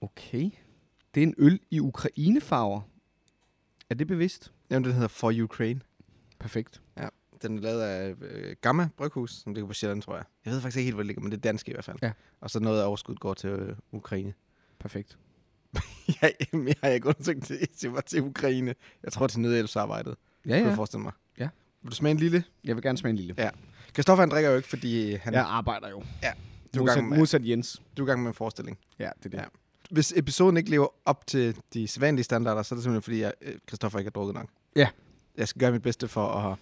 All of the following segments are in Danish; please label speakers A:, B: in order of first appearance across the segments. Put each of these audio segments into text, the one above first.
A: Okay. Det er en øl i Ukrainefarver. Er det bevidst?
B: Jamen, den hedder For Ukraine.
A: Perfekt.
B: Den er lavet af øh, Gamma Bryghus, som ligger på Sjælland, tror jeg. Jeg ved faktisk ikke helt, hvor det ligger, men det er dansk i hvert fald.
A: Ja.
B: Og så noget af overskuddet går til øh, Ukraine.
A: Perfekt.
B: ja, jamen, jeg har ikke undersøgt det. Det var til Ukraine. Jeg tror, til nødhjælpsarbejdet,
A: Ja,
B: ja, ja. kunne jeg
A: ja.
B: forestille mig.
A: Ja.
B: Vil du smage en lille?
A: Jeg vil gerne smage en lille.
B: Ja. Kristoffer, han drikker jo ikke, fordi øh, han,
A: Jeg arbejder jo.
B: Ja. Du er i
A: Modsat,
B: gang med-
A: modsat Jens.
B: du er i gang med en forestilling.
A: Ja, det er det.
B: Ja. Hvis episoden ikke lever op til de sædvanlige standarder, så er det simpelthen, fordi jeg, øh, Kristoffer ikke har drukket nok.
A: Ja.
B: Jeg skal gøre mit bedste for at...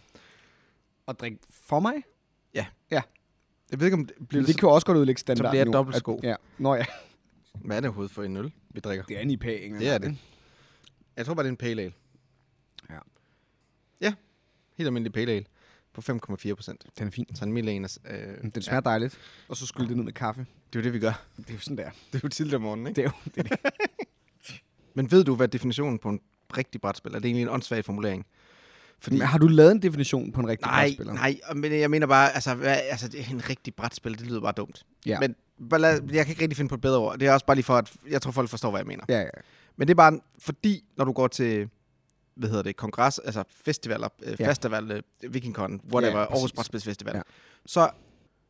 A: Og drik for mig?
B: Jeg ved ikke, om det
A: Bliver
B: bliver
A: det, det kan jo også godt udlægge standard
B: så bliver jeg
A: nu.
B: dobbelt
A: At-
B: sko.
A: Ja. Nå ja.
B: Hvad er det overhovedet for en øl, vi drikker?
A: Det er en IPA, ikke?
B: Det er det. Jeg tror bare, det er en pale ale.
A: Ja.
B: Ja, helt almindelig pale ale på 5,4 procent.
A: Den er fin.
B: Så en mild en. er- Øh,
A: Den smager ja. dejligt. Og så skyld det ned med kaffe.
B: Det er jo det, vi gør.
A: Det er jo sådan, der.
B: Det er jo tidligt om morgenen, ikke?
A: Det er jo det. Er det.
B: Men ved du, hvad definitionen på en rigtig brætspil er? Det er egentlig en åndssvag formulering. Fordi,
A: Men har du lavet en definition på en rigtig
B: nej,
A: brætspiller?
B: nej, men jeg mener bare, altså, hvad, altså det er en rigtig brætspil, det lyder bare dumt.
A: Ja.
B: Men bare lad, jeg kan ikke rigtig finde på et bedre ord. Det er også bare lige for, at jeg tror, folk forstår, hvad jeg mener.
A: Ja, ja.
B: Men det er bare fordi, når du går til hvad hedder det, kongres, altså festivaler, øh,
A: Ja.
B: ja. festival, øh, Vikingkon, whatever,
A: Ja,
B: ja,
A: præcis.
B: Aarhus Brætspilsfestival,
A: Ja.
B: ja. så,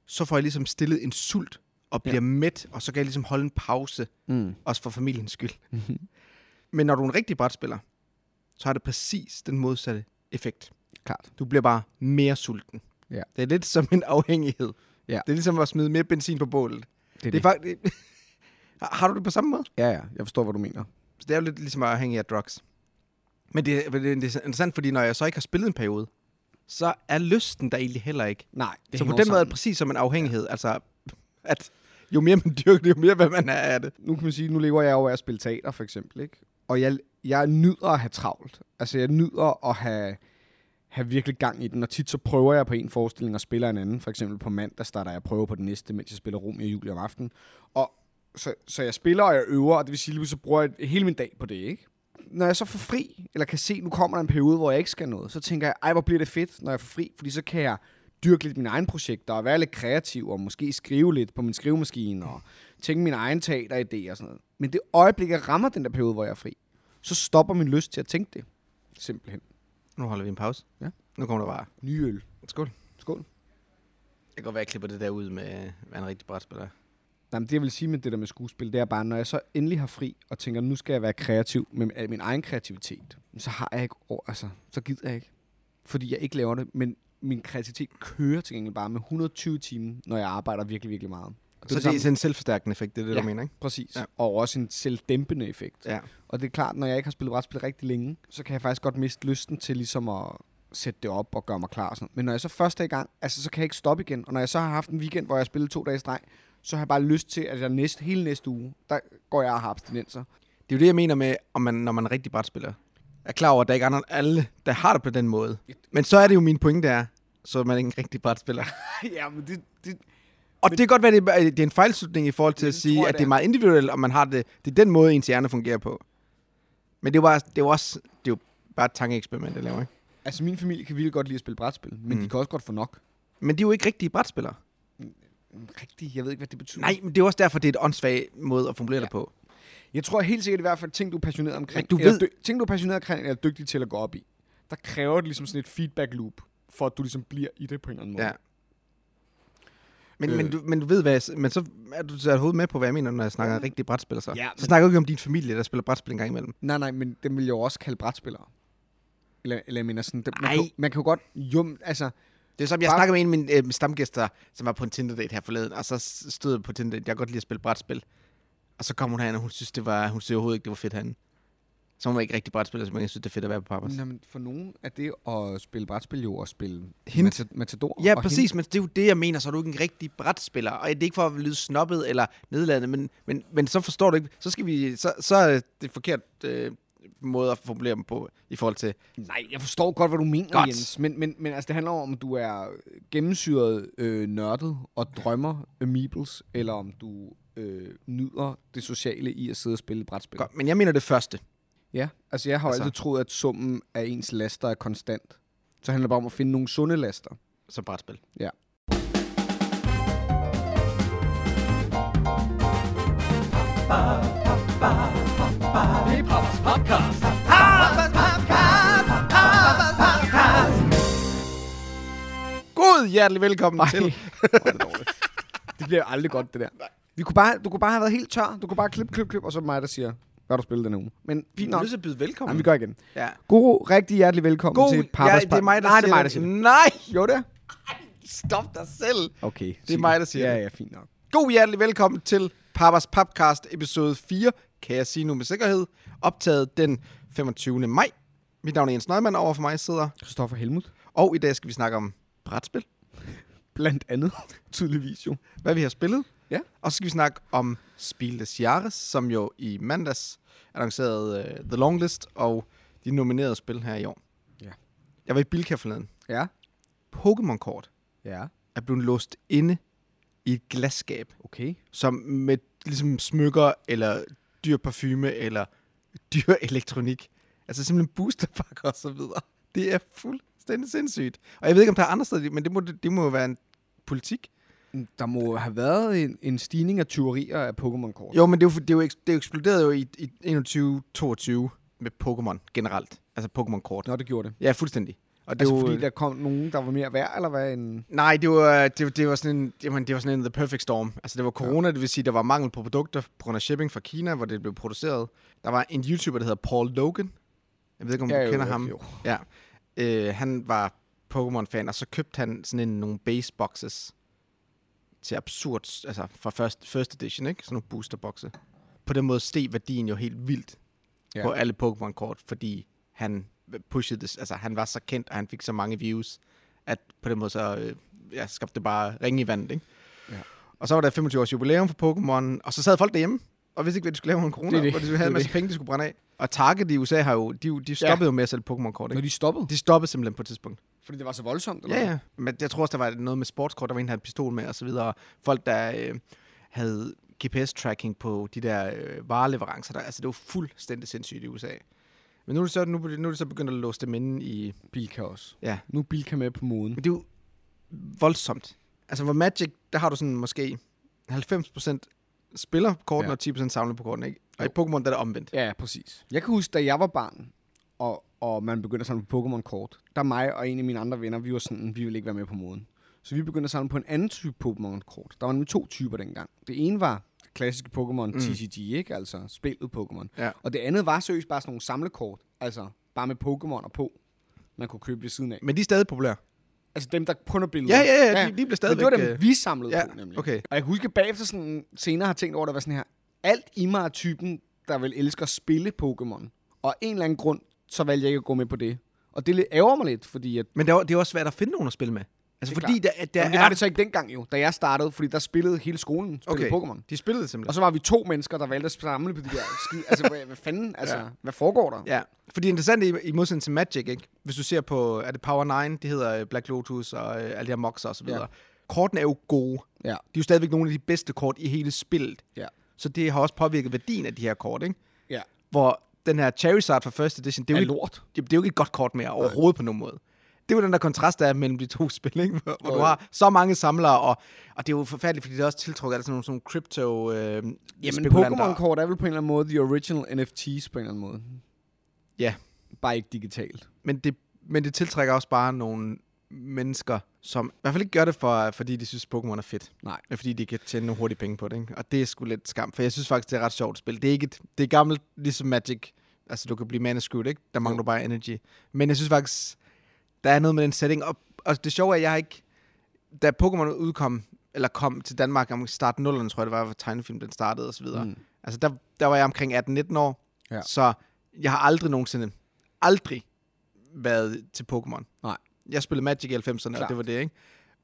B: så får jeg ligesom stillet en sult og bliver ja. mæt, og så kan jeg ligesom holde en pause,
A: Mm.
B: også for familiens skyld.
A: Mhm.
B: Men når du er en rigtig brætspiller, så har det præcis den modsatte effekt.
A: Klart.
B: Du bliver bare mere sulten.
A: Ja.
B: Det er lidt som en afhængighed.
A: Ja.
B: Det er ligesom at smide mere benzin på bålet.
A: Det er
B: Det er
A: det.
B: faktisk... Har du det på samme måde?
A: Ja, ja. Jeg forstår, hvad du mener.
B: Så det er jo lidt ligesom at afhængig af drugs. Men det, men det er interessant, fordi når jeg så ikke har spillet en periode, så er lysten der egentlig heller ikke.
A: Nej, det
B: så på
A: hænger
B: den
A: jo
B: måde er det
A: sammen.
B: præcis som en afhængighed. Altså, at jo mere man dyrker det, jo mere hvad man er af det.
A: nu kan man sige, nu lever jeg jo af at spille teater, for eksempel, ikke? Og jeg, jeg nyder at have travlt. Altså, jeg nyder at have, have virkelig gang i den, og tit så prøver jeg på en forestilling og spiller en anden. For eksempel på mandag starter jeg prøve på den næste, mens jeg spiller Romeo og Julie om aftenen. Og så, så jeg spiller, og jeg øver, og det vil sige, at så bruger jeg hele min dag på det, ikke? Når jeg så får fri, eller kan se, nu kommer der en periode, hvor jeg ikke skal noget, så tænker jeg, ej, hvor bliver det fedt, når jeg får fri, fordi så kan jeg dyrke lidt mine egne projekter, og være lidt kreativ, og måske skrive lidt på min skrivemaskine, og tænke mine egne teateridéer og sådan noget. Men det øjeblik, jeg rammer den der periode, hvor jeg er fri, så stopper min lyst til at tænke det. Simpelthen.
B: Nu holder vi en pause.
A: Ja.
B: Nu kommer der bare.
A: Ny øl.
B: Skål.
A: Skål.
B: Jeg kan godt være, at jeg klipper det der ud med, hvad en rigtig brætspiller er.
A: Nej, men det jeg vil sige med det der med skuespil, det er bare, når jeg så endelig har fri, og tænker, nu skal jeg være kreativ med al min egen kreativitet, så har jeg ikke, over, altså, så gider jeg ikke. Fordi jeg ikke laver det, men min kreativitet kører til gengæld bare med 120 timer, når jeg arbejder virkelig, virkelig meget. Og
B: Så det,
A: samme-
B: er sådan en selvforstærkende effekt, det er det,
A: Ja.
B: ja. du mener, ikke?
A: Præcis. Ja.
B: Ja.
A: Og også en selvdæmpende effekt.
B: Ja.
A: Og det er klart, når jeg ikke har spillet brætspil rigtig længe, så kan jeg faktisk godt miste lysten til ligesom at sætte det op og gøre mig klar og sådan noget. Men når jeg så først er i gang, altså så kan jeg ikke stoppe igen. Og når jeg så har haft en weekend, hvor jeg har spillet to dage i streg, så har jeg bare lyst til, at jeg næste, hele næste uge, der går jeg og har abstinenser.
B: Det er jo det, jeg mener med, om man, når man er rigtig brætspiller. Jeg er klar over, at der ikke er andre- alle, der har det på den måde. Men så er det jo min pointe, der er, så er man ikke en rigtig brætspiller.
A: ja, men det, det,
B: Og det kan godt være, det er, det er en fejlslutning i forhold til
A: Men
B: at
A: det
B: sige,
A: tror jeg,
B: at
A: det
B: det er
A: er.
B: meget individuelt, og man har det, det er den måde, ens hjerne fungerer på. Men det er jo, bare, det er jo også det er jo bare et tankeeksperiment, jeg laver, ikke?
A: altså min familie kan virkelig godt lide at spille brætspil, men mm. de kan også godt få nok.
B: Men de er jo ikke rigtige brætspillere.
A: Rigtigt, jeg ved ikke, hvad det betyder.
B: Nej, men det er jo også derfor, det er et åndssvagt måde at formulere ja. det på.
A: Jeg tror helt sikkert i hvert fald, ting du er passioneret omkring,
B: Men du
A: eller
B: ved-
A: dy- ting du er passioneret omkring, eller dygtig til at gå op i, der kræver det ligesom sådan et feedback loop, for at du ligesom bliver i det på en eller anden måde.
B: Ja. Men, øh. men,
A: Øh.
B: du, men du ved, hvad jeg, s- men så er du så overhovedet med på, hvad jeg mener, når jeg snakker
A: Ja.
B: ja. rigtig brætspiller. Så,
A: Ja,
B: ja, så
A: men-
B: snakker jeg jo ikke om din familie, der spiller brætspil en gang imellem.
A: Nej, nej, men dem vil jeg jo også kalde brætspillere. Eller, eller jeg mener sådan, dem, man,
B: Ej.
A: kan, jo- man kan jo godt, jo, altså,
B: Det er som, jeg
A: Bare-
B: snakkede med en af mine øh, stamgæster, som var på en Tinder-date her forleden, og så s- stod jeg på Tinder, jeg kan godt lide at spille brætspil. Og så kom hun herhen, og hun synes, det var, hun synes overhovedet ikke, det var fedt herinde. Så hun var ikke rigtig brætspiller, så man synes, det er fedt at være på Papas.
A: når man, for nogen er det at spille brætspil jo at spille
B: Hint.
A: mata- Matador.
B: Ja,
A: og
B: præcis,
A: hint.
B: men det er jo det, jeg mener, så er du ikke en rigtig brætspiller. Og det er ikke for at lyde snobbet eller nedladende, men, men, men så forstår du ikke, så, skal vi, så, så er det forkert øh, måde at formulere dem på i forhold til...
A: Nej, jeg forstår godt, hvad du mener, godt.
B: Godt.
A: Jens. Men, men, men altså, det handler om, om du er gennemsyret øh, nørdet og drømmer Meebles, eller om du øh, nyder det sociale i at sidde og spille brætspil.
B: Godt, men jeg mener det første.
A: Ja, altså jeg har altså.
B: Altså-
A: altid troet, at summen af ens laster er konstant. Så handler det bare om at finde nogle sunde laster.
B: Så brætspil.
A: Ja.
B: Ba, ba, ba, hjertelig velkommen
A: Nej.
B: Ej. til.
A: Åh, det, er dårligt. det bliver jo aldrig godt, det der. Vi kunne bare, du kunne bare have været helt tør. Du kunne bare klippe, klippe, klippe, og så er det mig, der siger, hvad har du spillet denne uge? Men
B: Vi
A: fint
B: er
A: nok.
B: nødt til at byde velkommen.
A: Jamen, vi gør igen.
B: ja.
A: Guru, rigtig hjertelig velkommen
B: God,
A: til
B: ja,
A: Papas
B: det er mig, der
A: Nej, det er
B: siger
A: mig, der siger det.
B: Nej,
A: Jo, det er.
B: stop dig selv.
A: Okay.
B: Det er mig, der siger
A: ja,
B: det.
A: Ja, fint nok.
B: God hjertelig velkommen til Papas Podcast episode 4, kan jeg sige nu med sikkerhed, optaget den 25. maj. Mit navn er Jens Nøgman, over for mig sidder,
A: Christoffer Helmut.
B: og i dag skal vi snakke om brætspil,
A: Blandt andet, tydeligvis jo.
B: hvad vi har spillet,
A: Ja.
B: og så skal vi snakke om Spil des Jahres, som jo i mandags annoncerede uh, The Longlist og de nominerede spil her i år.
A: Ja.
B: Jeg var i Bilka forleden.
A: Ja.
B: Pokémon-kort
A: Ja.
B: er blevet låst inde i et glasskab
A: Okay.
B: som med ligesom smykker, eller dyr parfume, eller dyr elektronik. Altså simpelthen boosterpakker og så videre. Det er fuldstændig sindssygt. Og jeg ved ikke, om der er andre steder, men det må, det må jo være en politik.
A: Der må have været en, en stigning af tyverier af Pokémon-kort.
B: Jo, men det er jo, det er jo, eks- det er jo eksploderet jo i, i 21-22 med Pokémon generelt. Altså Pokémon-kort.
A: Nå, det gjorde det.
B: Ja, fuldstændig. Og det
A: Altså,
B: er jo,
A: fordi der kom nogen, der var mere værd, eller hvad? En...
B: Nej, det var, det, var- det var sådan en, jamen, det var sådan en the perfect storm. Altså, det var corona, det vil sige, der var mangel på produkter på grund af shipping fra Kina, hvor det blev produceret. Der var en YouTuber, der hedder Paul Logan. Jeg ved ikke, om du kender ham.
A: Jo.
B: Ja. Øh, han var Pokémon-fan, og så købte han sådan en, nogle baseboxes til absurd, altså fra first, first edition, ikke? Sådan nogle boosterboxe. På den måde steg værdien jo helt vildt
A: Ja.
B: ja. på alle Pokémon-kort, fordi han pushede det, altså han var så kendt, og han fik så mange views, at på den måde så øh, ja, skabte det bare ringe i vandet, ikke?
A: Ja.
B: Og så var der 25 års jubilæum for Pokémon, og så sad folk derhjemme, og vidste ikke, hvad de skulle lave under corona,
A: Det er det.
B: hvor de
A: Det er
B: havde en masse
A: det.
B: penge, de skulle brænde af. Og Target i USA har jo, de, de stoppede ja. jo med at sælge Pokémon-kort, ikke?
A: Når de stoppede,
B: De stoppede simpelthen på et tidspunkt.
A: fordi det var så voldsomt?
B: Ja, ja. Men jeg tror også, der var noget med sportskort, der var en, der havde en pistol med og så videre. Folk, der øh, havde GPS-tracking på de der øh, vareleverancer. Der, altså, det var fuldstændig sindssygt i USA. Men nu er det så, nu, nu er det så begyndt at låse dem inde i...
A: Bilka også.
B: Ja.
A: Nu er Bilka med på moden.
B: Men det er jo voldsomt. Altså, hvor Magic, der har du sådan måske 90% spiller kortene og 10% samler på kortene, ikke? Og i Pokémon, der er det omvendt.
A: Ja, præcis. Jeg kan huske, da jeg var barn, og, og man begyndte at samle på Pokémon-kort, der mig og en af mine andre venner, vi var sådan, vi ville ikke være med på moden. Så vi begyndte at samle på en anden type Pokémon-kort. Der var nemlig to typer dengang. Det ene var det klassiske Pokémon
B: Mm.
A: TCG, ikke? Altså spillet Pokémon.
B: Ja.
A: Og det andet var seriøst bare sådan nogle samlekort. Altså bare med Pokémon og på, man kunne købe ved siden af.
B: Men de er stadig populære.
A: Altså dem, der kun er billeder.
B: Ja, ja, ja. De, de bliver
A: Men
B: stadigvæk...
A: det var dem,
B: øh,
A: vi samlede
B: ja,
A: ja, på, nemlig.
B: okay.
A: Og jeg kan huske, at bagefter sådan, senere har jeg tænkt over, at der var sådan her, alt i mig er typen, der vil elske at spille Pokémon. Og af en eller anden grund, så valgte jeg ikke at gå med på det. Og det lidt- ærger mig lidt, fordi at,
B: Men det er, jo- det er jo også svært at finde nogen at spille med. Altså,
A: Det er
B: fordi der, der
A: jamen,
B: er...
A: det var det så ikke dengang jo, da jeg startede, fordi der spillede hele skolen spillede okay. Pokémon.
B: De spillede simpelthen.
A: Og så var vi to mennesker, der valgte at samle på de der skide... altså, hvad, hvad fanden? Altså,
B: Ja.
A: ja. hvad foregår der?
B: Ja, fordi det interessante i, i modsætning til Magic, ikke? hvis du ser på, er det Power 9, det hedder øh, Black Lotus og øh, alle de her moxer og så videre.
A: Ja.
B: Ja. Kortene er jo gode.
A: Ja.
B: De er jo stadigvæk nogle af de bedste kort i hele spillet.
A: Ja.
B: Så det har også påvirket værdien af de her kort, ikke?
A: Ja.
B: Hvor den her Charizard fra First Edition, det er,
A: Er
B: jo ikke,
A: lort.
B: jamen, det er jo ikke et godt kort mere overhovedet på nogen måde. Det er jo den der kontrast, der er mellem de to spil, ikke? Hvor, hvor
A: Jo,
B: du
A: jo.
B: har så mange samlere, og, og det er jo forfærdeligt, fordi det er også tiltrukket af sådan nogle, sådan nogle crypto øh,
A: Jamen,
B: spekulanter.
A: Pokémon-kort er vel på en eller anden måde the original NFTs på en eller anden måde.
B: Ja.
A: Bare ikke digitalt.
B: men det, men det tiltrækker også bare nogle mennesker, som i hvert fald ikke gør det, for, fordi de synes, Pokémon er fedt.
A: Nej.
B: Men fordi de kan tjene nogle hurtige penge på det. Ikke? Og det er sgu lidt skam, for jeg synes faktisk, det er et ret sjovt spil. Det er, ikke et, det er gammelt, ligesom Magic. Altså, du kan blive manuscrewed, ikke? Der mangler du bare energy. Men jeg synes faktisk, der er noget med den setting. Og, og det sjove er, at jeg har ikke... Da Pokémon udkom, eller kom til Danmark om start 0'erne, tror jeg, det var, hvor tegnefilm den startede osv. Mm. Altså, der, der var jeg omkring 18-19 år.
A: Ja.
B: Så jeg har aldrig nogensinde, aldrig været til Pokémon.
A: Nej.
B: Jeg spillede Magic i 90'erne,
A: Klart.
B: og det var det, ikke?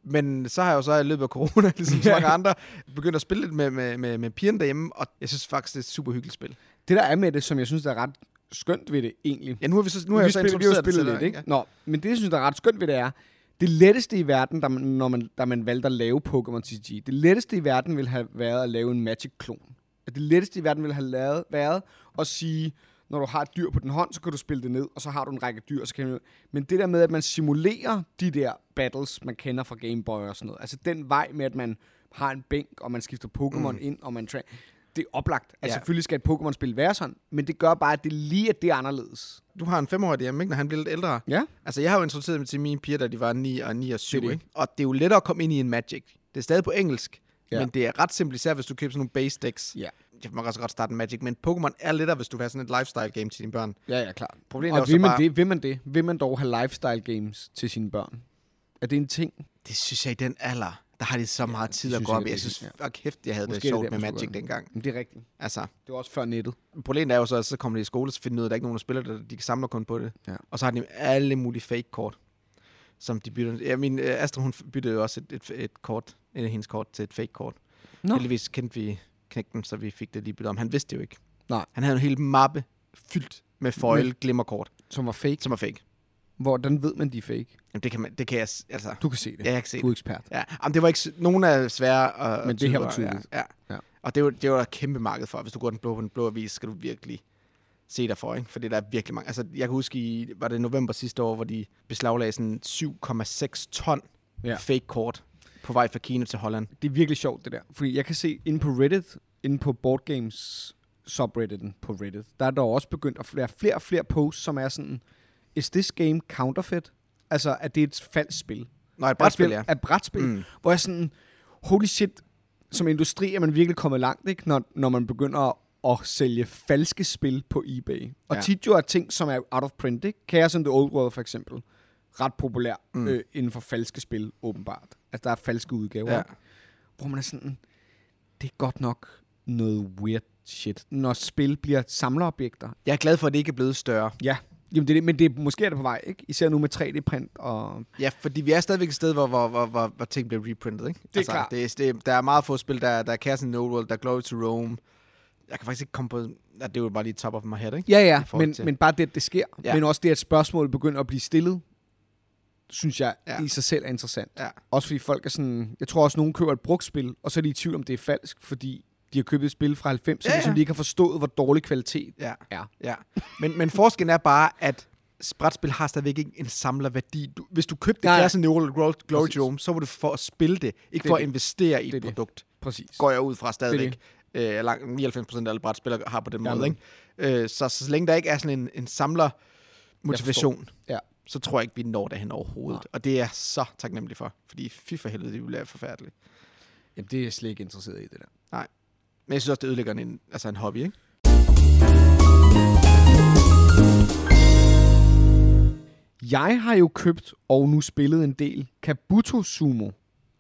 B: Men så har jeg jo så i løbet af corona, ligesom så mange andre, begyndt at spille lidt med, med, med, med pigerne derhjemme, og jeg synes faktisk, det er et super hyggeligt spil.
A: Det der er med det, som jeg synes, der er ret skønt ved det egentlig.
B: Ja, nu har vi så, nu har
A: vi
B: jeg så
A: spiller, vi har
B: introduceret det
A: spillet
B: til
A: lidt,
B: dig,
A: ikke? Ja. Nå, men det, jeg synes, der er ret skønt ved det er, det letteste i verden, da man, når man, da man valgte at lave Pokémon TCG, det letteste i verden ville have været at lave en Magic-klon. At Det letteste i verden ville have lavet, været at sige, når du har et dyr på den hånd, så kan du spille det ned, og så har du en række dyr. Så kan du... Men det der med, at man simulerer de der battles, man kender fra Game Boy og sådan noget, altså den vej med, at man har en bænk, og man skifter Pokémon mm. ind, og man... Tra- det er oplagt. Altså,
B: Ja.
A: ja. selvfølgelig skal et Pokémon-spil være sådan, men det gør bare, at det lige at det er anderledes.
B: Du har en femårig derhjemme, ikke, når han bliver lidt ældre.
A: Ja.
B: Altså, jeg har jo introduceret dem til mine piger, da de var 9 og 9 og 7,
A: Det er det.
B: ikke? Og det er jo lettere at komme ind i en Magic. Det er stadig på engelsk, ja.
A: Ja.
B: men det er ret simpelt, hvis du køber sådan nogle base decks.
A: Ja.
B: Jeg må også godt starte en Magic, men Pokémon er lettere, hvis du vil have sådan et lifestyle game til dine børn.
A: Ja, ja, klart.
B: Problemet er jo
A: Og
B: så
A: vil man,
B: bare-
A: det, vil man det? Vil man dog have lifestyle games til sine børn? Er det en ting?
B: Det synes jeg i den alder, der har de så meget ja, tid
A: det
B: at
A: synes
B: gå
A: jeg,
B: op i.
A: det
B: Jeg
A: er
B: synes,
A: helt-
B: ja. kæft, jeg havde
A: Måske
B: Måske
A: er det
B: det sjovt
A: der,
B: med
A: man skulle gøre
B: Magic
A: det.
B: dengang.
A: Jamen, det er rigtigt.
B: Altså,
A: Det var også før nettet.
B: problemet er jo så, at så kommer de i skole, så finder de ud af, at der ikke er nogen, der spiller det, og de samler kun på det.
A: Ja.
B: Og så har de alle mulige fake-kort, som de bytter. Ja, min øh, Astrid, hun byttede jo også et, et, et kort, en af hendes kort, til et fake-kort.
A: Nå.
B: Heldigvis kendte vi knægten, så vi fik det lige byttet om. Han vidste det jo ikke.
A: Nej.
B: Han havde en hel mappe fyldt med foil
A: Men-
B: glimmerkort,
A: Som var fake.
B: som var fake.
A: Hvordan ved man, de er fake?
B: Jamen, det kan, man, det kan jeg, s- altså...
A: Du kan se det.
B: Ja, jeg kan se det.
A: Du er ekspert.
B: Ja, Jamen, det var ikke... s- Nogen er svære at at
A: Men det
B: tyde
A: her
B: på.
A: var tydeligt.
B: Ja. ja.
A: Ja.
B: Og det var, det var der et kæmpe marked for. Hvis du går den blå på den blå avis, skal du virkelig se dig for, ikke? For det der er virkelig mange... Altså, jeg kan huske, i, var det november sidste år, hvor de beslaglagde sådan 7,6 ton ja.
A: Ja.
B: fake kort på vej fra Kina til Holland.
A: Det er virkelig sjovt, det der. Fordi jeg kan se inde på Reddit, inde på Board Games subredditen på Reddit, der er der også begyndt at være flere og flere posts, som er sådan, is this game counterfeit? Altså, at det er et falsk spil.
B: Nå, et brætspil, ja.
A: Af brætspil.
B: Mm.
A: Mm. Hvor jeg sådan, holy shit, som industri er man virkelig kommet langt, ikke? Når, når man begynder at sælge falske spil på eBay. Og
B: Ja.
A: ja. tit jo er ting, som er out of print, ikke? Chaos in the Old World for eksempel. Ret populær
B: Mm.
A: mm. øh, inden for falske spil, åbenbart. At der er falske udgaver.
B: Ja.
A: Ja. Hvor man er sådan, det er godt nok noget weird shit. Når spil bliver samlerobjekter.
B: Jeg er glad for, at det ikke er blevet større.
A: Ja, Jamen det er det, men det er, måske er det på vej, ikke? Især nu med 3D-print og
B: Ja, fordi vi er stadigvæk et sted, hvor, hvor, hvor, hvor, hvor ting bliver reprintet, ikke? Altså,
A: er klart.
B: Det, er- det, der er meget få spil, der, der er Chaos in the Old World, der er Glory to Rome. Jeg kan faktisk ikke komme på... Ja, det er jo bare lige top of my head, ikke?
A: Ja, ja,
B: forhold
A: men,
B: til-
A: men bare det, at det sker.
B: Ja.
A: Ja. Men også det, at spørgsmålet begynder at blive stillet, synes jeg
B: Ja.
A: ja. i sig selv er interessant.
B: Ja.
A: Også fordi folk er sådan... Jeg tror også, nogen køber et brugt spil, og så er de i tvivl om, det er falsk, fordi de har købt et spil fra 90'erne,
B: Ja,
A: ja,
B: ja.
A: ja. som de ikke har forstået, hvor dårlig kvalitet
B: Ja.
A: er.
B: Ja, men, men forskellen er bare, at brætspil har stadigvæk ikke en samlerværdi. Du, hvis du købte
A: Nej, nej.
B: Clash of Neural Glory, Glory
A: Præcis.
B: Dome, så var det for at spille det, ikke
A: Det er
B: for at
A: det.
B: investere i et
A: Det er det.
B: produkt.
A: Præcis.
B: Går jeg ud fra
A: Det
B: stadigvæk. Øh, langt 99 af alle brætspil har på den
A: Jeg
B: måde.
A: ved.
B: Ikke? Øh, så, så længe der ikke er sådan en, en samler motivation,
A: Ja.
B: så tror jeg ikke, vi når derhen overhovedet. Og det er jeg så taknemmelig for, fordi fy for helvede, det ville være forfærdeligt.
A: Jamen, det er jeg slet ikke interesseret i, det der.
B: Men jeg synes også, det ødelægger en, altså en hobby, ikke?
A: Jeg har jo købt og nu spillet en del Kabuto Sumo.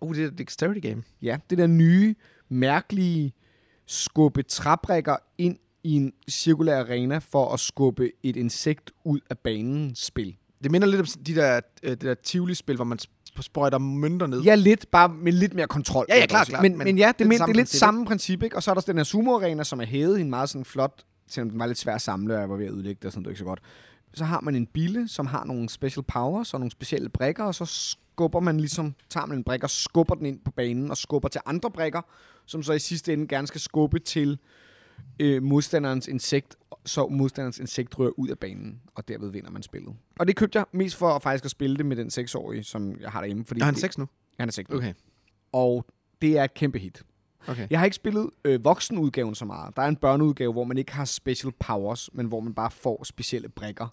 B: Uh, det er et dexterity game.
A: Ja, det der nye, mærkelige skubbe træbrækker ind i en cirkulær arena for at skubbe et insekt ud af banen spil.
B: Det minder lidt om de der, øh, det der Tivoli-spil, hvor man sp- sprøjter mønter ned.
A: Ja, lidt, bare med lidt mere kontrol.
B: Ja, ja,
A: vil jeg
B: klart,
A: dog sige.
B: klart,
A: Men,
B: men
A: men, ja, det,
B: det
A: det,
B: er det
A: men,
B: samme
A: det er lidt
B: princip,
A: samme princip, ikke? Og så er der den her sumo-arena, som er hævet i en meget sådan flot, selvom den var lidt svær at samle, og jeg var ved at ødelægge det, og sådan det var ikke så godt. Så har man en bille, som har nogle special powers og nogle specielle brækker, og så skubber man ligesom, tager man en brik og skubber den ind på banen, og skubber til andre brækker, som så i sidste ende gerne skal skubbe til øh, modstanderens insekt, så modstanderens insekt rører ud af banen, og derved vinder man spillet. Og det købte jeg mest for faktisk at spille det med den 6-årige, som jeg har derhjemme. Fordi
B: Har han
A: det-
B: sex nu?
A: Han er 6
B: Okay.
A: og det er et kæmpe hit.
B: okay.
A: Jeg har ikke spillet øh, voksenudgaven så meget. Der er en børneudgave, hvor man ikke har special powers, men hvor man bare får specielle brikker,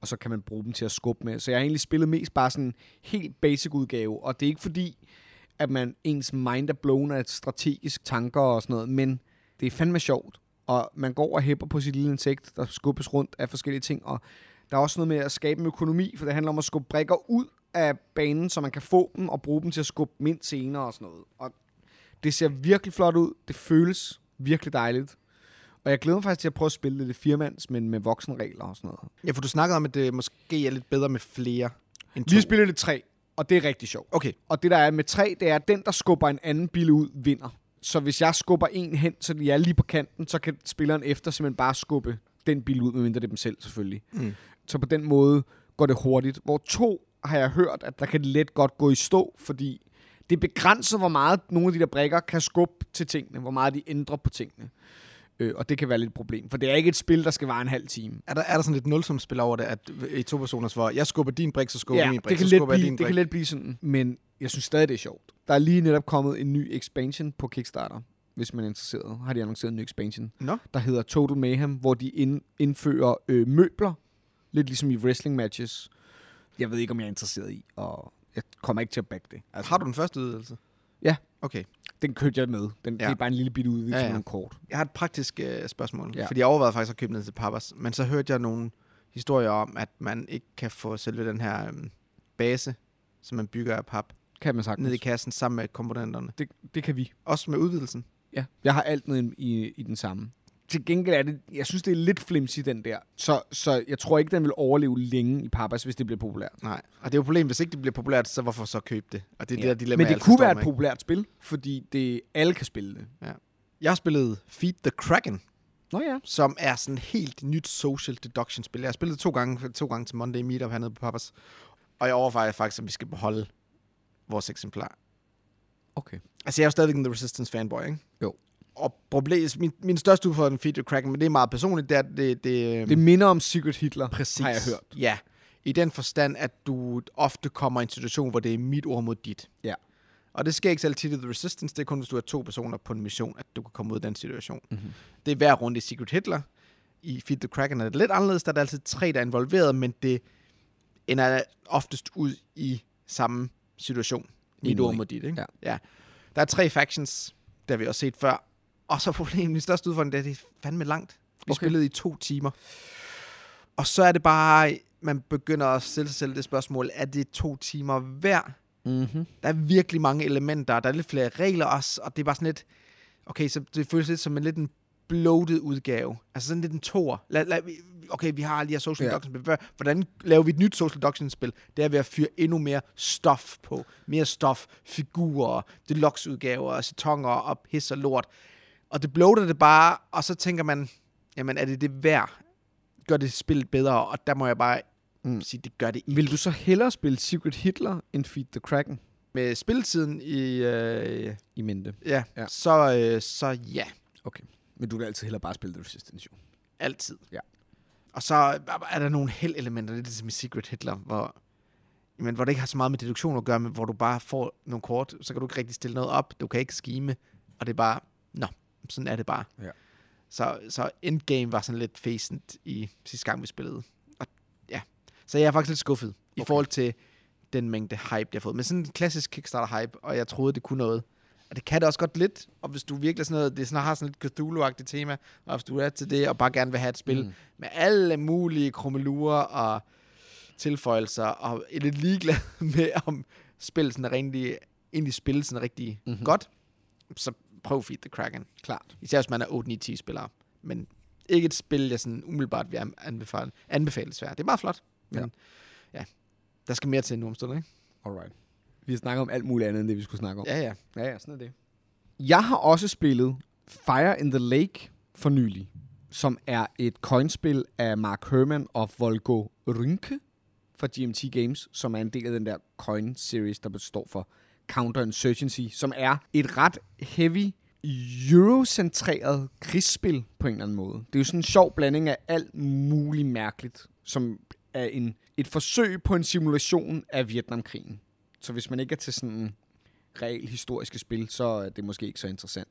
A: og så kan man bruge dem til at skubbe med. Så jeg har egentlig spillet mest bare sådan en helt basic udgave, og det er ikke fordi, at man ens mind er blown af strategisk tanker og sådan noget, men det er fandme sjovt, og man går og hæpper på sit lille insekt, der skubbes rundt af forskellige ting, og der er også noget med at skabe en økonomi, for det handler om at skubbe brikker ud af banen, så man kan få dem og bruge dem til at skubbe dem ind senere og sådan noget. Og det ser virkelig flot ud. Det føles virkelig dejligt. Og jeg glæder mig faktisk til at prøve at spille det, det firmands, men med voksenregler og sådan noget.
B: Ja, for du snakkede om, at det måske er lidt bedre med flere end to.
A: Vi har spillet det tre, og det er rigtig sjovt.
B: Okay,
A: Og det der er med tre, det er, at den, der skubber en anden bille ud, vinder. Så hvis jeg skubber en hen, så de er lige på kanten, så kan spilleren efter simpelthen bare skubbe den bil ud, medmindre det er dem selv selvfølgelig.
B: Mm.
A: Så på den måde går det hurtigt. Hvor to har jeg hørt, at der kan det let godt gå i stå, fordi det er begrænset, hvor meget nogle af de der brækker kan skubbe til tingene, hvor meget de ændrer på tingene. Øh, og det kan være lidt et problem, for det er ikke et spil, der skal vare en halv time.
B: er der, er der sådan lidt nulsumspil over det, at i to personers, hvor jeg skubber din brik, så skubber
A: Ja,
B: jeg min brik,
A: det kan,
B: så
A: let
B: skubber jeg
A: blive,
B: din
A: det kan
B: brik.
A: let blive sådan. Men jeg synes stadig, det er sjovt. Der er lige netop kommet en ny expansion på Kickstarter, hvis man er interesseret, har de annonceret en ny expansion,
B: Nå.
A: der hedder Total Mayhem, hvor de ind, indfører øh, møbler, lidt ligesom i wrestling matches. Jeg ved ikke, om jeg er interesseret i, og jeg kommer ikke til at backe det.
B: Altså, har du den første udvidelse?
A: Ja.
B: Okay.
A: Den købte jeg med. Den, ja. Det
B: Ja.
A: er bare en lille bitte udvidelse
B: Ja,
A: ja,
B: ja.
A: ja. med nogle kort.
B: Jeg har et praktisk øh, spørgsmål, ja.
A: Ja.
B: fordi jeg overvejede faktisk at købe den til Pappas, men så hørte jeg nogle historier om, at man ikke kan få selve den her øhm, base, som man bygger af pap,
A: Kan man
B: ned i
A: sagtens.
B: kassen sammen med komponenterne.
A: Det, det kan vi.
B: Også med udvidelsen.
A: Ja. Jeg har alt ned i, i, i den samme. Til gengæld er det, jeg synes, det er lidt flimsy, den der. Så, så jeg tror ikke, den vil overleve længe i Pappas, hvis det bliver populært.
B: Nej. Og det er jo problemet, hvis ikke det bliver populært, så hvorfor så købe det? Og det er ja. det der dilemma,
A: Men
B: jeg
A: det
B: altid
A: kunne
B: står
A: være
B: med,
A: et
B: ikke?
A: populært spil, fordi det, alle kan spille det.
B: Jeg har spillet Feed the Kraken,
A: Nå ja.
B: som er sådan et helt nyt social deduction spil. Jeg har spillet det to gange, to gange til Monday Meetup hernede på Pappas. Og jeg overvejer faktisk, om vi skal beholde vores eksemplar.
A: Okay.
B: Altså, jeg er jo stadigvæk en The Resistance fanboy, ikke?
A: Jo.
B: Og problemet, min, min største udfordring feed the Kraken, men det er meget personligt, det er, at det, det, øhm,
A: Det minder om Secret Hitler,
B: præcis.
A: har jeg hørt.
B: Ja. I den forstand, at du ofte kommer i en situation, hvor det er mit ord mod dit.
A: Ja.
B: Og det sker ikke så altid i The Resistance, det er kun, hvis du er to personer på en mission, at du kan komme ud af den situation.
A: Mhm.
B: Mm-hmm. Det er hver runde i Secret Hitler. I Feed the Kraken er det lidt anderledes, der er der altid tre, der er involveret, men det ender oftest ud i samme situation. Mit
A: Min
B: ord
A: mod
B: mod dit, ikke?
A: Ja.
B: ja. Der er tre factions, der vi også set før. Og så er problemet, min største udfordring, det er, det er fandme langt. Vi okay.
A: Okay.
B: spillede i to timer. Og så er det bare, man begynder at stille sig selv det spørgsmål, er det to timer hver?
A: Mm-hmm.
B: Der er virkelig mange elementer, der er lidt flere regler også, og det er bare sådan lidt, okay, så det føles lidt som en lidt en bloated udgave. Altså sådan lidt en tor. Lad, lad, okay, vi har lige her social
A: Ja.
B: deduction spil. Hvordan laver vi et nyt social deduction spil? Det er ved at fyre endnu mere stof på. Mere stof, figurer, deluxe-udgaver, setonger og pis og lort. Og det bloater det bare, og så tænker man, jamen er det det værd? Gør det spillet bedre? Og der må jeg bare mm.
A: Mm.
B: sige, det gør det ikke.
A: Vil du så hellere spille Secret Hitler end Feed the Kraken
B: Med spilletiden i... Øh,
A: i mente?
B: Ja, ja.
A: Ja.
B: Så, øh, så ja,
A: Okay. Men du vil altid hellere bare spille The Resistance, jo.
B: altid.
A: Ja.
B: Og så er der nogle heldelementer, lidt ligesom i Secret Hitler, hvor, men hvor det ikke har så meget med deduktion at gøre, men hvor du bare får nogle kort, så kan du ikke rigtig stille noget op, du kan ikke skime, og det er bare, nå, sådan er det bare.
A: Ja.
B: Så, så endgame var sådan lidt fæsent i sidste gang, vi spillede. Og, ja. Så jeg er faktisk lidt skuffet okay. i
A: Okay.
B: forhold til den mængde hype, jeg har fået. Men sådan en klassisk Kickstarter-hype, og jeg troede, det kunne noget. Og det kan det også godt lidt, og hvis du virkelig er sådan noget, det sådan, har sådan lidt Cthulhu-agtigt tema, og hvis du er til det, og bare gerne vil have et spil mm. med alle mulige krummelurer og tilføjelser, og er lidt ligeglad med, om spillet sådan er rigtig, egentlig spillet sådan rigtig mm-hmm. godt, så prøv Feed the Kraken.
A: Klart.
B: Især hvis man er 8-9-10 spillere. Men ikke et spil, jeg sådan umiddelbart vil an- anbefale, anbefale desværre. Det er meget flot, men ja. ja. Der skal mere til nu om stunder, ikke?
A: Alright. Vi har snakket om alt muligt andet, end det vi skulle snakke om.
B: Ja, ja.
A: Ja, ja, sådan er det. Jeg har også spillet Fire in the Lake for nylig, som er et coinspil af Mark Herman og Volko Rynke fra GMT Games, som er en del af den der coin-series, der består for Counterinsurgency, som er et ret heavy eurocentreret krigsspil på en eller anden måde. Det er jo sådan en sjov blanding af alt muligt mærkeligt, som er en, et forsøg på en simulation af Vietnamkrigen. Så hvis man ikke er til sådan reelt historiske spil, så er det måske ikke så interessant.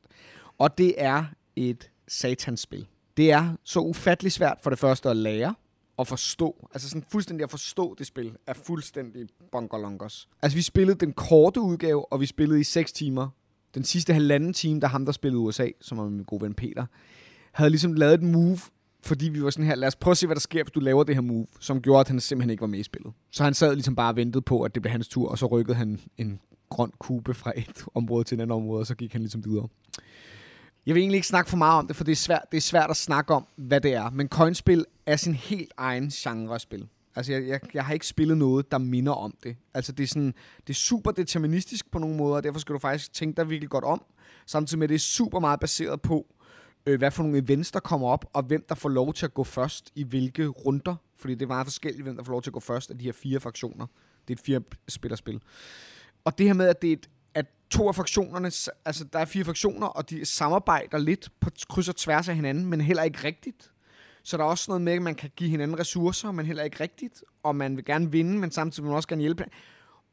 A: Og det er et satanspil. Det er så ufattelig svært for det første at lære og forstå. Altså sådan fuldstændig at forstå det spil er fuldstændig bonkerlonkers. Altså vi spillede den korte udgave, og vi spillede i 6 timer. Den sidste halvanden time, der ham, der spillede USA, som er min gode ven Peter, havde ligesom lavet et move, fordi vi var sådan her, lad os prøve at se, hvad der sker, hvis du laver det her move, som gjorde, at han simpelthen ikke var med i spillet. Så han sad ligesom bare og ventede på, at det blev hans tur, og så rykkede han en grøn kube fra et område til et andet område, og så gik han ligesom videre. Jeg vil egentlig ikke snakke for meget om det, for det er svært, det er svært at snakke om, hvad det er. Men coinspil er sin helt egen genre af spil. Altså, jeg, jeg, jeg har ikke spillet noget, der minder om det. Altså, det er, sådan, det er super deterministisk på nogle måder, og derfor skal du faktisk tænke dig virkelig godt om. Samtidig med, at det er super meget baseret på, øh, hvad for nogle events, der kommer op, og hvem der får lov til at gå først i hvilke runder. Fordi det er meget forskelligt, hvem der får lov til at gå først af de her fire fraktioner. Det er et fire-spillerspil. Og det her med, at det er et, at to af fraktionerne, s- altså der er fire fraktioner, og de samarbejder lidt på t- kryds og tværs af hinanden, men heller ikke rigtigt. Så der er også noget med, at man kan give hinanden ressourcer, men heller ikke rigtigt, og man vil gerne vinde, men samtidig vil man også gerne hjælpe.